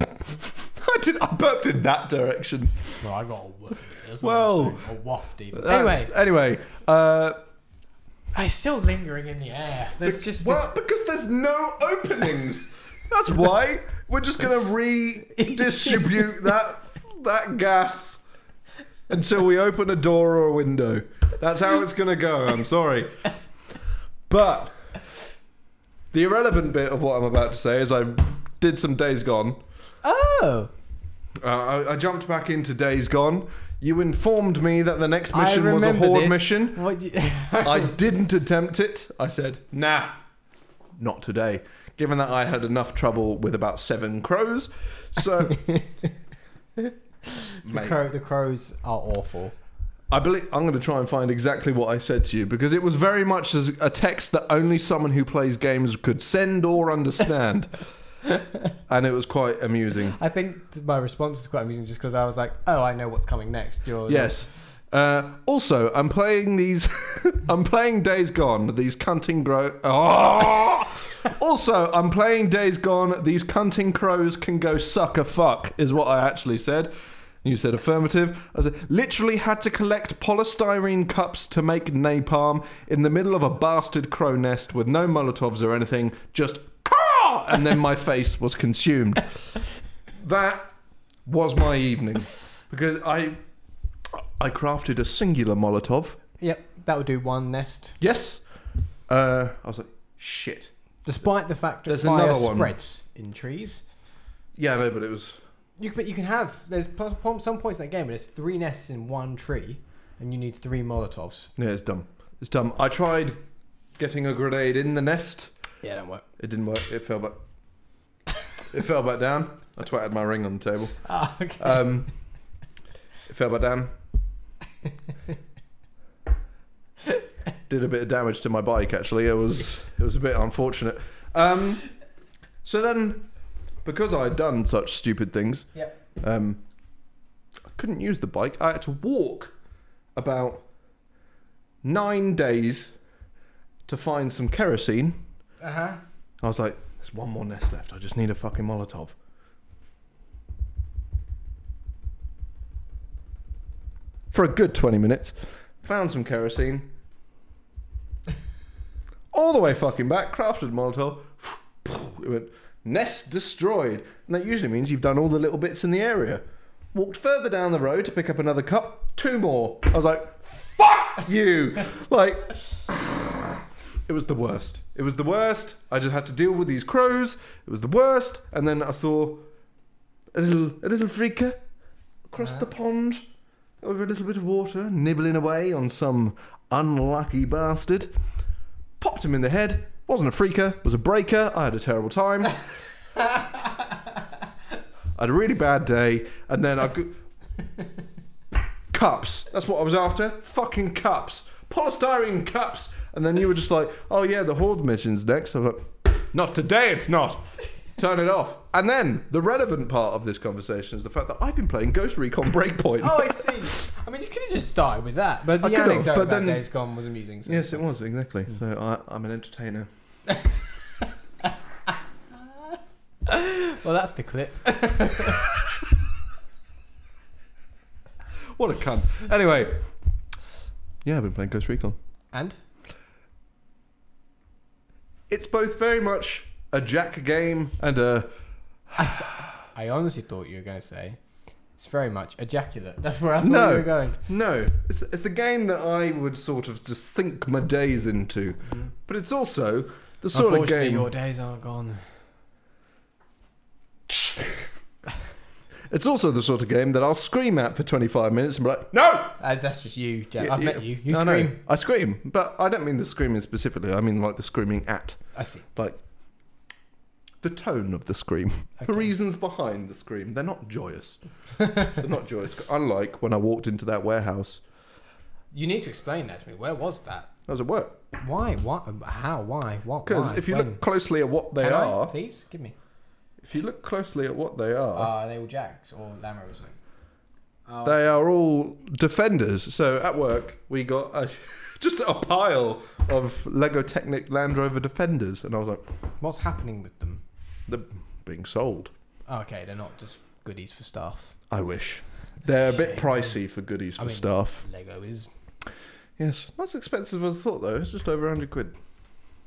B: I did. I burped in that direction.
A: well, I got a waft.
B: Well-
A: a waft even. Anyway,
B: That's- anyway, uh,
A: it's still lingering in the air. There's just this
B: well, because there's no openings. That's why we're just gonna redistribute that that gas until we open a door or a window. That's how it's gonna go. I'm sorry, but the irrelevant bit of what I'm about to say is I did some Days Gone.
A: oh,
B: Uh, I, I jumped back into Days Gone. You informed me that the next
A: I
B: mission was a
A: remember
B: horde
A: this.
B: mission.
A: What
B: *laughs*
A: you, *laughs*
B: I didn't attempt it. I said, nah, not today. Given that I had enough trouble with about seven crows, so
A: the,
B: Mate,
A: crow, the crows are awful.
B: I believe I'm going to try and find exactly what I said to you because it was very much as a text that only someone who plays games could send or understand, and it was quite amusing.
A: I think t- my response is quite amusing, just because I was like, "Oh, I know what's coming next." You're,
B: Yes. Uh, also, I'm playing these. *laughs* I'm playing Days Gone. These cunting grow. Oh! also, I'm playing Days Gone. These cunting crows can go suck a fuck. Is what I actually said. You said affirmative. I said literally had to collect polystyrene cups to make napalm in the middle of a bastard crow nest with no molotovs or anything. Just caw! and then my face was consumed. That was my evening because I I crafted a singular Molotov.
A: Yep, that would do one nest.
B: Yes. Uh, I was like, shit.
A: Despite the fact that
B: There's
A: fire
B: another one.
A: spreads in trees,
B: Yeah, no, but it was.
A: you but you can have there's po- po- some points in that game where there's three nests in one tree, and you need three molotovs.
B: Yeah, it's dumb. It's dumb. I tried getting a grenade in the nest.
A: Yeah, don't work.
B: It didn't work. It fell back. it fell back down. I twatted my ring on the table.
A: Ah, okay.
B: Um, it fell back down. Did a bit of damage to my bike. Actually, it was it was a bit unfortunate. Um, so then, because I had done such stupid things,
A: Yep.
B: um, I couldn't use the bike. I had to walk about nine days to find some kerosene.
A: Uh huh.
B: I was like, there's one more nest left. I just need a fucking Molotov. For a good 20 minutes. Found some kerosene. All the way fucking back, crafted Molotov. It went, nest destroyed. And that usually means you've done all the little bits in the area. Walked further down the road to pick up another cup, two more. I was like, fuck you! like, it was the worst. It was the worst. I just had to deal with these crows. It was the worst. And then I saw a little a little freaker across the pond over a little bit of water, nibbling away on some unlucky bastard. Popped him in the head. Wasn't a freaker, was a breaker. I had a terrible time. I had a really bad day, and then I go- cups. That's what I was after. Fucking cups. Polystyrene cups. And then you were just like, oh yeah, the horde mission's next. I was like, not today, it's not. Turn it off. And then the relevant part of this conversation is the fact that I've been playing Ghost Recon Breakpoint.
A: Oh, I see. I mean, you could have just started with that, but the
B: I could've,
A: anecdote
B: but
A: about
B: then-
A: Days Gone was amusing. So.
B: Yes, Hmm. it was exactly. So I, I'm an entertainer.
A: Well, that's the clip.
B: What a cunt. Anyway, yeah, I've been playing Ghost Recon.
A: And
B: It's both very much a Jack game and a
A: I honestly thought you were going to say it's very much ejaculate. That's where I thought
B: No.
A: you were going.
B: no. It's, it's a game that I would sort of just sink my days into, but it's also the sort of
A: Unfortunately,
B: game.
A: your days are gone.
B: It's also the sort of game that I'll scream at for 25 minutes and be like, no.
A: Uh, that's just you, Jack.
B: Yeah,
A: I've
B: yeah.
A: met you. You
B: No, no.
A: scream.
B: I scream, but I don't mean the screaming specifically. I mean like the screaming at,
A: I see.
B: like the tone of the scream. The
A: Okay.
B: reasons behind the scream, they're not joyous. they're not joyous. Unlike when I walked into that warehouse.
A: You need to explain that to me. Where was that?
B: That was at work.
A: Why? What? How? Why? What?
B: Because
A: why,
B: if you
A: when?
B: look closely at what they
A: Can I?
B: are,
A: please give me.
B: if you look closely at what they
A: Uh,
B: are,
A: are they all jacks or Lamar or something? Oh,
B: they are all defenders. So at work, we got a, *laughs* just a pile of Lego Technic Land Rover Defenders, and I was like,
A: what's happening with them?
B: they're being sold.
A: Oh, okay, they're not just goodies for staff.
B: I wish. They're a bit
A: Shame.
B: pricey for goodies for
A: I mean-
B: staff.
A: Lego is
B: Yes, not as expensive as I thought though. It's just over 100 quid.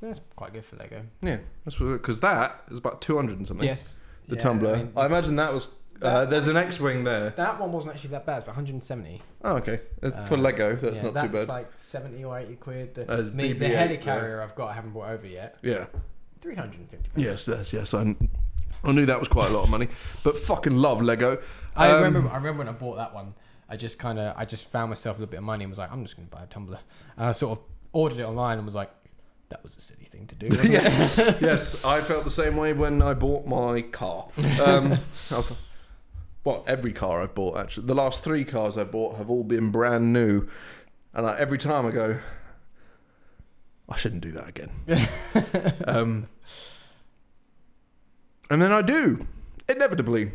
A: that's quite good for Lego.
B: Yeah, that's because that is about 200 and something.
A: Yes,
B: the
A: yeah,
B: tumbler.
A: I mean,
B: I imagine that was. Uh,
A: That-
B: there's an X-wing there.
A: that one wasn't actually that bad. It's about 170.
B: Oh, okay. That's for
A: Um,
B: Lego, that's
A: Yeah,
B: not
A: that's
B: too bad.
A: like 70 or 80 quid. The,
B: As
A: me, the
B: BB-8,
A: helicarrier I've got, I haven't brought over yet.
B: yeah.
A: 350. pounds.
B: Yes, that's yes. I, I knew that was quite a lot of money, but fucking love Lego.
A: I
B: Um,
A: remember. I remember when I bought that one. I just kind of, I just found myself a little bit of money and was like, I'm just going to buy a tumbler. And I sort of ordered it online and was like, that was a silly thing to do. wasn't
B: *laughs*
A: it?
B: yes, yes. I felt the same way when I bought my car. Um,
A: *laughs*
B: I was like, well, every car I've bought actually, the last three cars I've bought have all been brand new, and I, every time I go, I shouldn't do that again.
A: *laughs*
B: um, and then I do, inevitably.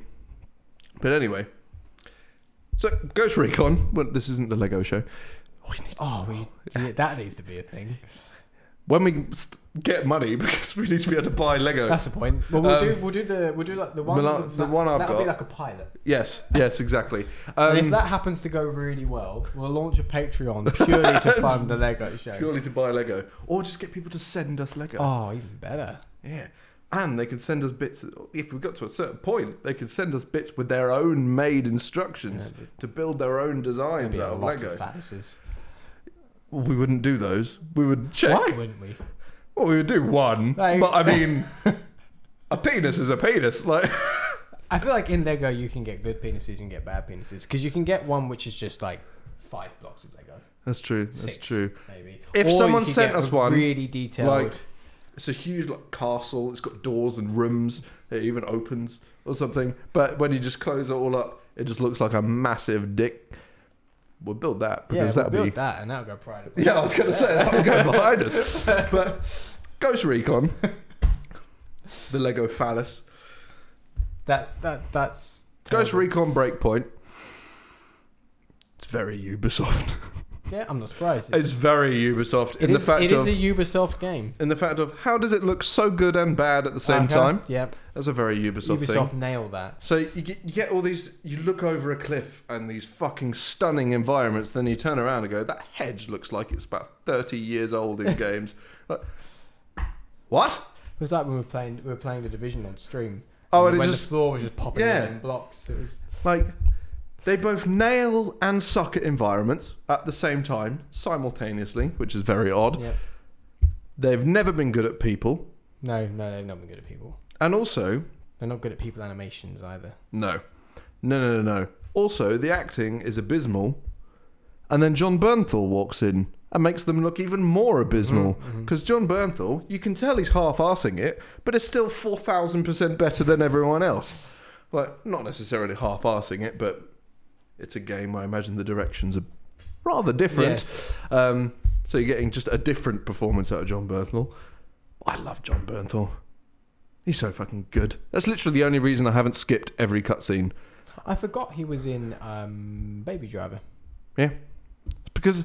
B: But anyway, so Ghost Recon. Well, this isn't the Lego show.
A: *laughs* Oh, we, yeah, that needs to be a thing.
B: When we st- get money, *laughs* because we need to be able to buy Lego.
A: That's the point. Well, we'll
B: Um,
A: do, we'll do the, we'll do like the one,
B: Well, uh, the one I've
A: that'll be
B: got.
A: like a pilot.
B: Yes, yes, exactly.
A: And
B: Um,
A: if that happens to go really well, we'll launch a Patreon purely to fund
B: *laughs*
A: the Lego show.
B: purely to buy Lego, or just get people to send us Lego.
A: Oh, even better.
B: Yeah, and they can send us bits. If we got to a certain point, they can send us bits with their own made instructions
A: Yeah,
B: to build their
A: There'll
B: own designs
A: be a
B: out of
A: lot of
B: Lego.
A: phalluses.
B: we wouldn't do those. We would check.
A: Why wouldn't we?
B: Well, we would do one,
A: Like-
B: but
A: *laughs*
B: I mean, a penis is a penis. Like,
A: I feel like in Lego you can get good penises and get bad penises because you can get one which is just like five blocks of Lego.
B: that's true. That's
A: Six,
B: true.
A: Maybe.
B: If
A: Or you
B: someone
A: could
B: sent
A: get
B: us one,
A: really detailed.
B: like it's a huge like castle. It's got doors and rooms. It even opens or something. But when you just close it all up, it just looks like a massive dick. We'll build that
A: yeah,
B: because
A: we'll
B: that'd
A: build
B: be.
A: that and that'll go pride.
B: *laughs* Yeah, I was going to say that would go behind
A: *laughs*
B: us. But Ghost Recon, the Lego phallus,
A: That that that's.
B: Ghost
A: terrible.
B: Recon Breakpoint. It's very Ubisoft.
A: Yeah, I'm not surprised.
B: *laughs* It's very Ubisoft in
A: it
B: the
A: is-
B: fact
A: it is
B: of
A: a Ubisoft game.
B: in the fact of how does it look so good and bad at the same
A: Okay,
B: time?
A: Yeah,
B: That's a very Ubisoft, thing.
A: Ubisoft nailed that.
B: So you get, you get all these. You look over a cliff and these fucking stunning environments. Then you turn around and go, "That hedge looks like it's about thirty years old in games." Like, what?
A: It was like when we were playing we were playing the division on stream.
B: Oh,
A: and
B: and it
A: when
B: just-
A: the floor was just popping
B: Yeah.
A: in in blocks. It was
B: Like they both nail and suck at environments at the same time, simultaneously, which is very odd.
A: yeah.
B: They've never been good at people,
A: No, no, they've not been good at people.
B: and also
A: They're not good at people animations either.
B: no, no, no, no, no. Also, the acting is abysmal, and then John Bernthal walks in and makes them look even more abysmal.
A: Mhm, mhm.
B: Because John Bernthal, you can tell he's half arsing it, but it's still 4,000% better than everyone else. Like, not necessarily half arsing it, but it's a game. I imagine the directions are rather different.
A: Yes.
B: Um, so you're getting just a different performance out of John Bernthal. I love John Bernthal. He's so fucking good. That's literally the only reason I haven't skipped every cutscene.
A: I forgot he was in um, Baby Driver.
B: It's because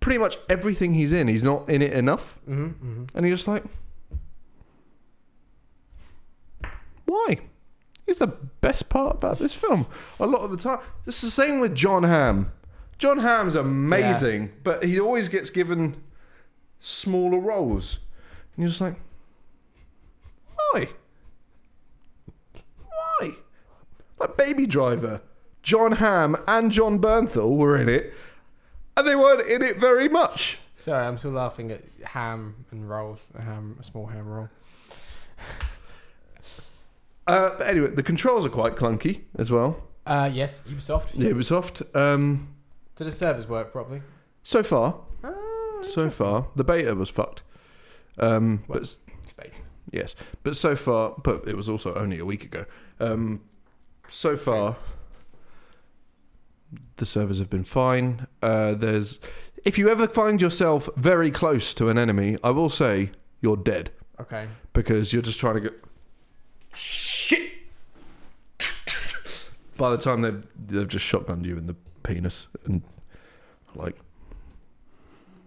B: pretty much everything he's in, he's not in it enough.
A: Mm-hmm, mm-hmm.
B: And you're just like, why? He's the best part about this film. A lot of the time, it's the same with John Hamm. John Hamm's amazing, but he always gets given smaller roles, and you're just like, why? Why? Like Baby Driver, John Hamm and John Bernthal were in it, and they weren't in it very much.
A: Sorry, I'm still laughing at ham and rolls. A ham, a small ham roll.
B: Uh, but anyway, the controls are quite clunky as well.
A: Uh, yes, Ubisoft.
B: Ubisoft. Um,
A: Did the servers work properly?
B: so far,
A: Ah,
B: so far, the beta was fucked. Um, but
A: What?
B: s-
A: Expect.
B: yes, but so far, but it was also only a week ago. Um, so far, the servers have been fine. Uh, there's, if you ever find yourself very close to an enemy, I will say you're dead
A: Okay.
B: because you're just trying to get shit. By the time they've they've just shotgunned you in the penis and like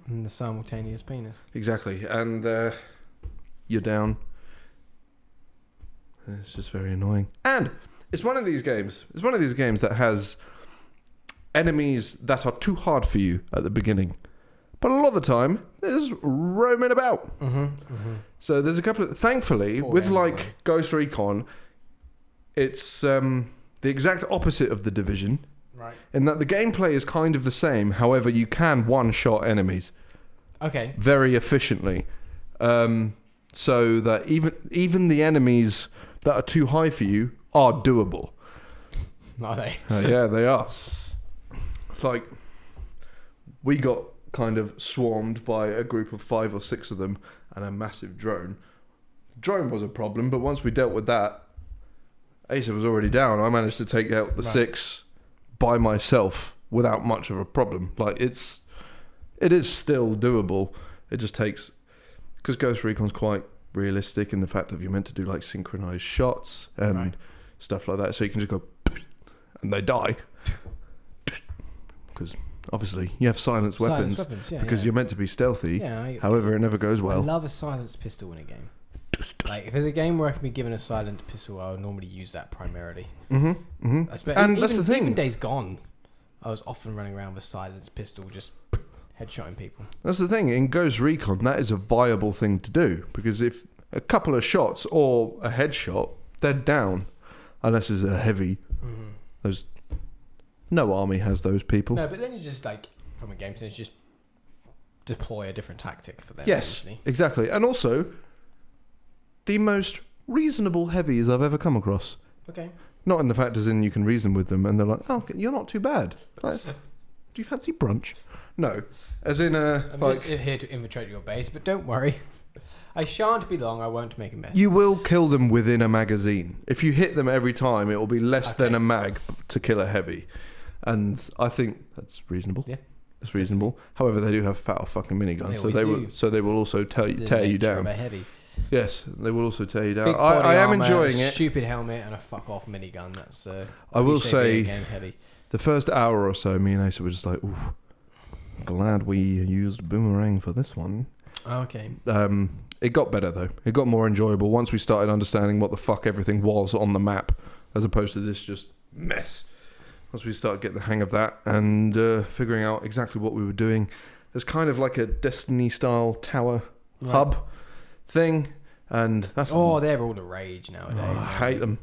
A: And the simultaneous penis.
B: exactly, and uh, you're down. And It's just very annoying, and it's one of these games. It's one of these games that has enemies that are too hard for you at the beginning, but a lot of the time they're just roaming about.
A: Mm-hmm. mm-hmm.
B: So there's a couple of thankfully
A: Poor
B: with
A: them,
B: like
A: though.
B: Ghost Recon, it's um, the exact opposite of the division
A: Right.
B: in that the gameplay is kind of the same. However, you can one-shot enemies
A: Okay.
B: very efficiently, um, so that even even the enemies that are too high for you are doable.
A: Are they?
B: *laughs* Uh, yeah, they are. Like, we got kind of swarmed by a group of five or six of them and a massive drone. Drone was a problem, but once we dealt with that, Asa was already down. I managed to take out the
A: Right.
B: six by myself without much of a problem. Like, it's it is still doable. It just takes because Ghost Recon's quite realistic in the fact that you're meant to do like synchronized shots and
A: Right.
B: stuff like that. So you can just go and they die because obviously you have silenced weapons
A: Silenced weapons. Yeah.
B: because
A: yeah.
B: you're meant to be stealthy.
A: Yeah. I,
B: However, it never goes well.
A: I love a silenced pistol in a game. Like if there's a game where I can be given a silenced pistol, I would normally use that primarily.
B: hmm hmm
A: I spe-
B: And
A: even,
B: that's the thing.
A: Even days gone, I was often running around with a silenced pistol, just headshotting people.
B: That's the thing. In Ghost Recon, that is a viable thing to do because if a couple of shots or a headshot, they're down. Unless it's a heavy.
A: Mm-hmm.
B: No army has those people.
A: No, but then you just like from a game sense, just deploy a different tactic for them.
B: Yes,
A: usually.
B: exactly. And also, the most reasonable heavies I've ever come across.
A: Okay.
B: Not in the fact as in you can reason with them and they're like, oh, you're not too bad.
A: *laughs*
B: Like, do you fancy brunch? No. As in, uh,
A: I'm
B: like,
A: just here to infiltrate your base, but don't worry, I shan't be long. I won't make a mess.
B: you will kill them within a magazine. If you hit them every time, it will be less than
A: Okay.
B: a mag to kill a heavy. And I think that's reasonable.
A: Yeah.
B: It's reasonable. However, they do have fat fucking
A: They
B: miniguns, so
A: always
B: they
A: do.
B: will. So they will also tear,
A: It's the
B: tear you
A: nature of
B: down.
A: a heavy.
B: Yes, they will also tear you down.
A: Big
B: I,
A: body
B: I am
A: armor,
B: enjoying
A: a
B: it.
A: Stupid helmet and a fuck off minigun. That's uh,
B: I will
A: cliche video
B: say
A: game heavy.
B: The first hour or so, me and Asa were just like, ooh, glad we used Boomerang for this one.
A: Okay.
B: Um, it got better, though. It got more enjoyable once we started understanding what the fuck everything was on the map, as opposed to this just mess. Once we started getting the hang of that and uh, figuring out exactly what we were doing, there's kind of like a Destiny style tower
A: Right.
B: hub thing, and that's.
A: Oh, they're all the rage nowadays.
B: Oh, I
A: aren't
B: hate
A: they?
B: them.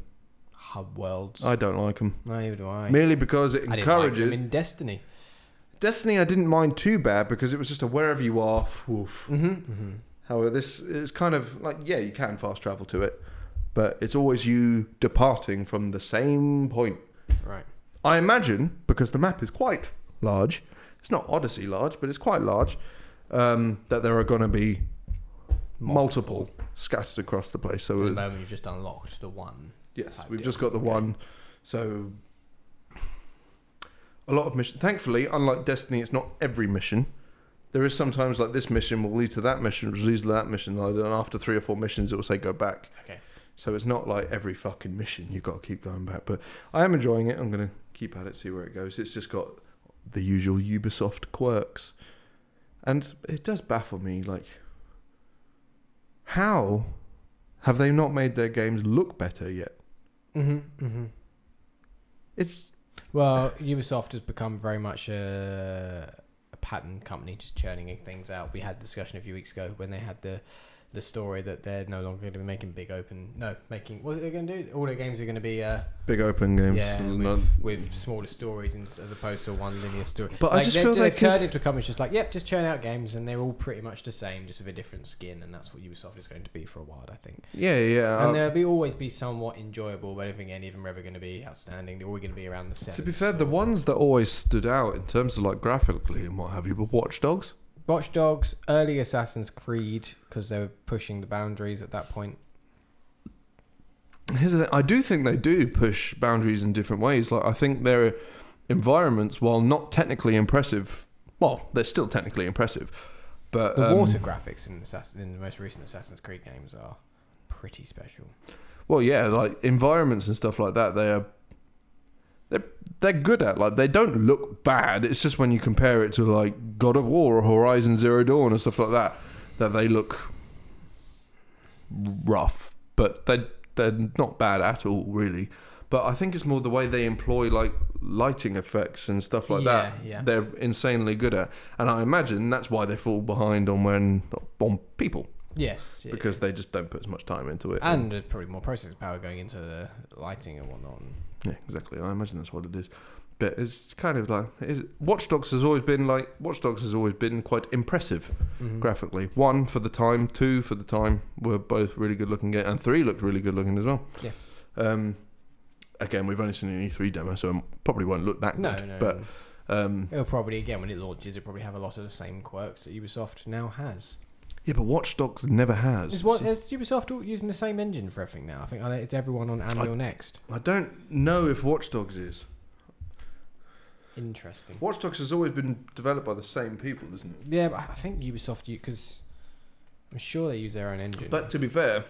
A: Hub worlds.
B: I don't like them.
A: Neither do I.
B: Merely because
A: I
B: it
A: didn't like
B: encourages.
A: them in Destiny.
B: Destiny, I didn't mind too bad because it was just a wherever you are. Woof.
A: hmm hmm
B: However, this is kind of like yeah, you can fast travel to it, but it's always you departing from the same point.
A: Right.
B: I imagine because the map is quite large. It's not Odyssey large, but it's quite large. Um, that there are going to be multiple. scattered across the place.
A: At
B: So
A: the
B: it-
A: moment, you've just unlocked the one.
B: yes,
A: type
B: we've
A: deal.
B: just got the
A: Okay.
B: one. So a lot of missions. Thankfully, unlike Destiny, it's not every mission. There is sometimes like this mission will lead to that mission, which leads to that mission, and after three or four missions, it will say go back.
A: Okay.
B: So it's not like every fucking mission you've got to keep going back. But I am enjoying it. I'm going to keep at it, see where it goes. It's just got the usual Ubisoft quirks. And it does baffle me. Like, how have they not made their games look better yet?
A: Mm-hmm, mm-hmm.
B: It's
A: Well, Ubisoft has become very much a, a pattern company, just churning things out. We had a discussion a few weeks ago when they had the the story that they're no longer going to be making big open. No, making what are they going to do? All their games are going to be uh,
B: big open games.
A: yeah
B: There's
A: with,
B: none-
A: with smaller stories and, as opposed to one linear story.
B: But I
A: Like,
B: just
A: they've,
B: feel
A: they've
B: they could-
A: turned into a company that's just like yep, just churn out games and they're all pretty much the same, just with a different skin, and that's what Ubisoft is going to be for a while, I think.
B: yeah, yeah.
A: And
B: uh,
A: there'll be always be somewhat enjoyable, but I don't think any of them are ever going to be outstanding. They're always going to be around the same.
B: Uh, to be fair, the ones that always stood out in terms of like graphically and what have you, but Watch Dogs.
A: Watch Dogs, early Assassin's Creed, because they were pushing the boundaries at that point.
B: Here's the thing. I do think they do push boundaries in different ways. Like I think their environments, while not technically impressive, well, they're still technically impressive. But
A: The
B: um,
A: water graphics in, Assassin, in the most recent Assassin's Creed games are pretty special.
B: well, yeah, like environments and stuff like that, they are they're they're good at. Like they don't look bad. It's just when you compare it to like God of War or Horizon Zero Dawn and stuff like that, that they look rough. But they they're not bad at all, really. But I think it's more the way they employ like lighting effects and stuff like that.
A: Yeah, yeah.
B: They're insanely good at, and I imagine that's why they fall behind on when on people
A: Yes, yeah.
B: because they just don't put as much time into it.
A: and uh, probably more processing power going into the lighting and whatnot.
B: Yeah, exactly. I imagine that's what it is. But it's kind of like it is, Watch Dogs has always been like Watch Dogs has always been quite impressive
A: Mhm.
B: graphically. One for the time, two for the time were both really good looking, and three looked really good looking as well.
A: Yeah.
B: Um, again, we've only seen an E3 demo, so it probably won't look that
A: No,
B: good.
A: no,
B: but
A: no.
B: um,
A: it'll probably again when it launches, it'll probably have a lot of the same quirks that Ubisoft now has.
B: yeah, but Watch Dogs never has.
A: Is what is Ubisoft all using the same engine for everything now? I think uh, it's everyone on Unreal Next.
B: I don't know if Watch Dogs is.
A: Interesting.
B: Watch Dogs has always been developed by the same people, isn't it?
A: Yeah, but I think Ubisoft because I'm sure they use their own engine.
B: But to be fair,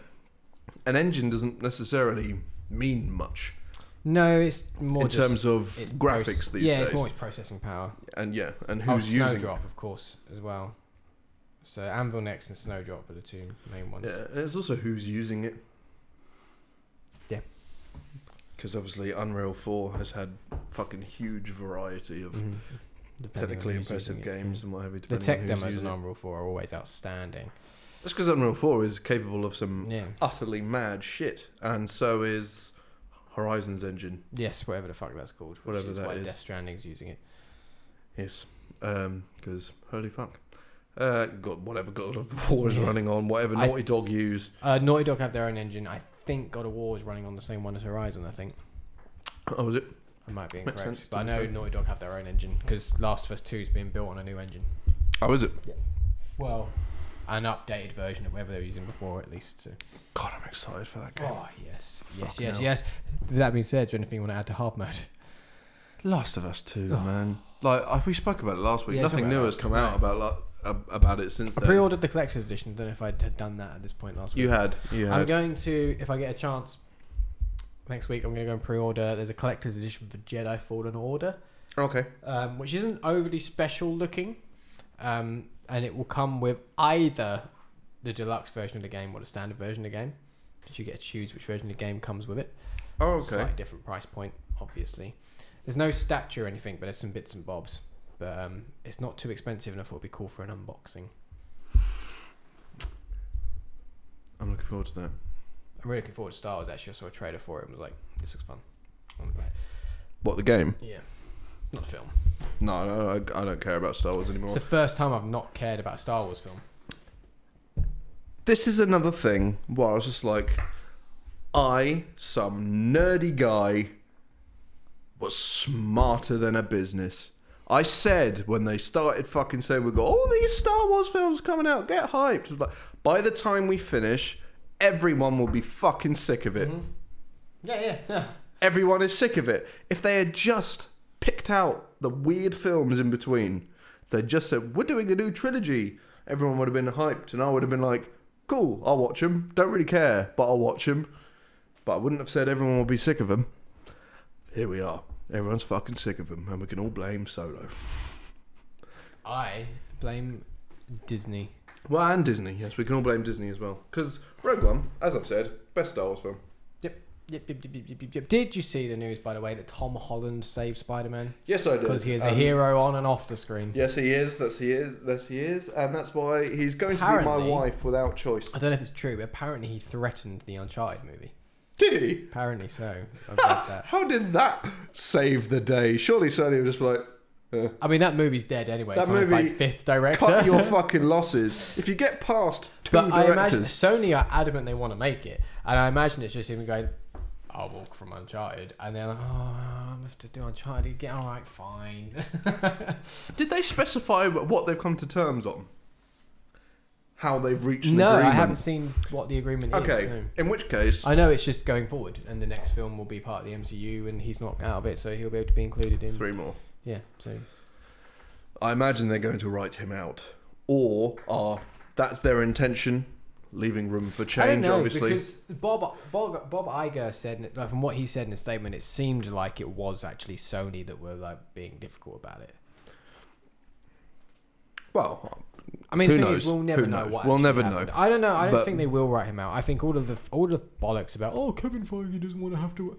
B: an engine doesn't necessarily mean much.
A: no, it's more
B: in
A: just,
B: terms of
A: it's
B: graphics
A: proce-
B: these
A: yeah,
B: days.
A: it's more its processing power.
B: And yeah, and
A: oh,
B: who's using
A: Snowdrop, of course, as well. So Anvil Next and Snowdrop are the two main ones.
B: Yeah, and it's also who's using it.
A: Yeah.
B: Because obviously, Unreal Four has had fucking huge variety of
A: Mhm. Depending
B: Mm-hmm. technically
A: on who's
B: impressive
A: using it,
B: games and what have you.
A: yeah. The tech
B: depending on
A: demos on
B: who's using it.
A: Unreal 4 are always outstanding.
B: That's because Unreal Four is capable of some
A: Yeah.
B: utterly mad shit, and so is Horizon's engine.
A: Yes, whatever the fuck that's called. Which
B: Whatever
A: is
B: that
A: why
B: is.
A: Death Stranding's using it.
B: Yes, because holy fuck. Uh, God, whatever God of War is
A: Yeah.
B: running on, whatever
A: I-
B: Naughty Dog use,
A: Uh, Naughty Dog have their own engine. I think God of War is running on the same one as Horizon, I think.
B: oh, was it
A: I might be
B: Makes
A: incorrect.
B: sense,
A: but I know
B: doesn't it?
A: Naughty Dog have their own engine because Last of Us 2 is being built on a new engine.
B: How Oh, is it?
A: Well, an updated version of whatever they were using before, at least. So.
B: God, I'm excited for that game.
A: Oh, yes. yes,
B: Fucking
A: yes,
B: hell.
A: yes. With That being said, is there anything you want to add to hard mode?
B: Last of Us Two,
A: Oh.
B: man. Like I, we spoke about it last week.
A: Yeah,
B: Nothing
A: something
B: new
A: like
B: has
A: that.
B: come out about like, ab- about it since
A: I
B: then.
A: pre ordered the collector's edition. don't know if I had done that at this point last week.
B: you had, you
A: I'm
B: had.
A: going to, if I get a chance next week, I'm going to go and pre order. There's a collector's edition for Jedi Fallen Order,
B: okay.
A: um, which isn't overly special looking. Um, and it will come with either the deluxe version of the game or the standard version of the game. But you get to choose which version of the game comes with it.
B: Oh, okay.
A: Slightly different price point, obviously. There's no statue or anything, but there's some bits and bobs. But um, it's not too expensive, and I thought it'd be cool for an unboxing.
B: I'm looking forward to that.
A: I'm really looking forward to Star Wars. Actually, I saw a trailer for it and was like, "This looks fun." I wanna play it.
B: What the game?
A: Yeah, not a film.
B: No, no, I, I don't care about Star Wars anymore.
A: It's the first time I've not cared about a Star Wars film.
B: this is another thing where I was just like, I, some nerdy guy, was smarter than a business. I said when they started fucking saying we've got all these Star Wars films coming out, get hyped. I was Like, by the time we finish, everyone will be fucking sick of it.
A: Yeah, yeah, yeah.
B: Everyone is sick of it. If they had just picked out the weird films in between, if they just said, we're doing a new trilogy, everyone would have been hyped and I would have been like, cool, I'll watch them. Don't really care, but I'll watch them. But I wouldn't have said everyone will be sick of them. Here we are. Everyone's fucking sick of them, and we can all blame Solo.
A: I blame Disney.
B: Well, and Disney. Yes, we can all blame Disney as well. Because Rogue One, as I've said, best Star Wars film.
A: Yep, yep, yep, yep, yep, yep, yep. Did you see the news, by the way, that Tom Holland saved Spider Man?
B: Yes, I did.
A: Because he is a
B: Um,
A: hero on and off the screen.
B: Yes, he is. That's he is. That's he is, and that's why he's going to be
A: Apparently-
B: my wife without choice.
A: I don't know if it's true, but apparently he threatened the Uncharted movie.
B: Did he?
A: Apparently so. I've read that.
B: How did that save the day? Surely Sony was just like, eh.
A: I mean, that movie's dead anyway.
B: That
A: so it's
B: movie-
A: like fifth director. *laughs*
B: cut your fucking losses. If you get past two
A: but I imagine
B: directors,
A: Sony are adamant they want to make it, and I imagine it's just him going, "I'll walk from Uncharted," and they're like, "Oh, I have to do Uncharted again. All right, fine."
B: did they specify what they've come to terms on? How they've reached an
A: no,
B: agreement?
A: I haven't seen what the agreement
B: Okay,
A: is. no.
B: in which case,
A: I know it's just going forward, and the next film will be part of the MCU, and he's not out of it, so he'll be able to be included in.
B: three more.
A: Yeah, so
B: I imagine they're going to write him out, or are that's their intention, leaving room for change.
A: I don't know,
B: obviously,
A: because Bob Bob Bob Iger said like, from what he said in a statement, it seemed like it was actually Sony that were like being difficult about it.
B: well,
A: I mean,
B: Who
A: the thing is,
B: knows?
A: we'll never
B: Who
A: know
B: knows?
A: what.
B: We'll
A: actually
B: never
A: happened. I don't know. I don't
B: But-
A: think they will write him out. I think all of the all the bollocks about oh Kevin Feige doesn't want to have to. wo-"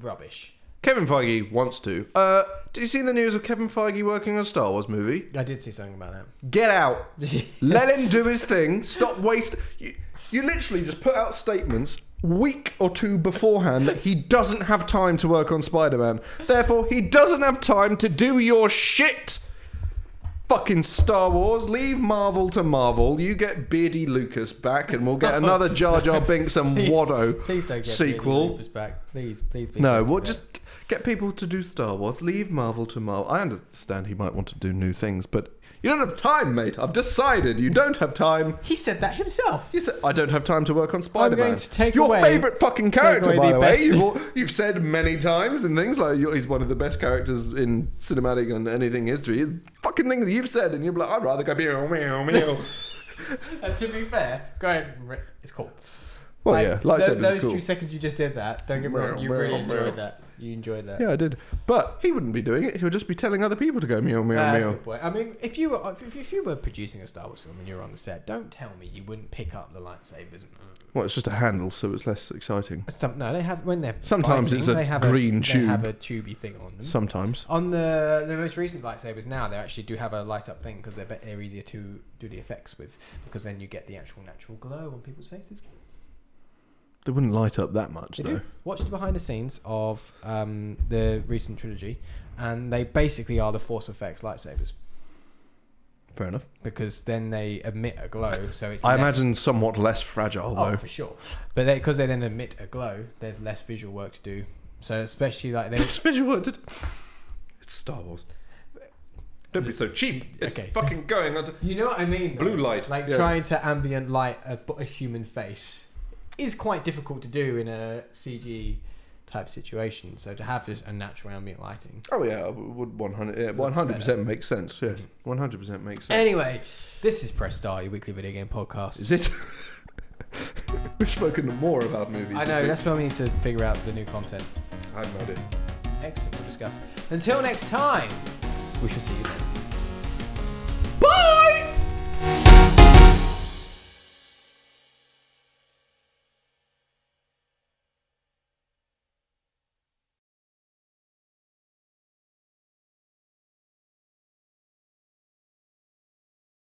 A: Rubbish.
B: Kevin Feige wants to. Uh, did you see the news of Kevin Feige working on a Star Wars movie?
A: I did see something about
B: Get out.
A: that.
B: Let him do his thing. Stop waste. You, you literally just put out statements week or two beforehand that he doesn't have time to work on Spider-Man. Therefore, he doesn't have time to do your shit. Fucking Star Wars. Leave Marvel to Marvel. You get Beardy Lucas back, and we'll get another Jar Jar
A: *laughs*
B: Binks and
A: *laughs* Please-
B: Watto.
A: please don't get
B: Sequel.
A: Beardy Lupus back. Please, please. please
B: No,
A: don't do
B: well,
A: that.
B: just get people to do Star Wars. Leave Marvel to Marvel. I understand he might want to do new things, but you don't have time, mate. I've decided you don't have time.
A: He said that himself. *laughs*
B: You said, I don't have time to work on Spider Man.
A: going to take
B: Your
A: away-
B: favourite fucking character,
A: away
B: by
A: the
B: the way.
A: best- *laughs*
B: You've, all- you've said many times and things like you're, he's one of the best characters in cinematic and anything history. Is fucking things that you've said, and you're like, I'd rather go meow meow
A: *laughs*
B: meow.
A: And to be fair, go ahead. and re- It's cool.
B: well,
A: Like,
B: yeah,
A: tho-
B: lightsabers are
A: those
B: cool.
A: two seconds you just did that. Don't get me wrong. You
B: Meow,
A: really
B: meow, meow.
A: enjoyed that. You enjoyed that.
B: Yeah, I did, but he wouldn't be doing it. He would just be telling other people to go meow meow
A: Ah, that's a
B: meow.
A: good point. I mean, if you were if, if you were producing a Star Wars film and you were on the set, don't tell me you wouldn't pick up the lightsabers.
B: Well, it's just a handle, so it's less exciting.
A: Some, no, they have when they're
B: Sometimes
A: fighting,
B: it's a
A: they have
B: green
A: a, They
B: tube.
A: have a tubey thing on
B: Hmm.
A: them.
B: Sometimes.
A: on the the most recent lightsabers now, they actually do have a light up thing because they're bet- they're easier to do the effects with because then you get the actual natural glow on people's faces.
B: They wouldn't light up that much,
A: They
B: though.
A: do. Watch the behind the scenes of um, the recent trilogy, and they basically are the Force effects lightsabers
B: Fair enough.
A: because then they emit a glow, so it's
B: I
A: less
B: imagine somewhat less fragile,
A: Oh,
B: though.
A: for sure. But because they then emit a glow, there's less visual work to do. So especially like they.
B: It's visual. It's it's Star Wars. Don't be so cheap. *laughs* It's
A: Okay.
B: fucking going on. To,
A: You know what I mean? though?
B: Blue light,
A: Like
B: yes.
A: trying to ambient light a, a human face is quite difficult to do in a CG type situation. So to have this a natural ambient lighting.
B: oh yeah, it would one hundred yeah,
A: Looks
B: one hundred percent makes sense. Yes, one hundred percent makes sense.
A: Anyway, this is Press Star, your weekly video game podcast.
B: Is it? *laughs* We've spoken more about movies.
A: I
B: this
A: know
B: week.
A: that's why we need to figure out the new content.
B: I had no idea.
A: Excellent, we'll discuss. Until next time, we shall see you then.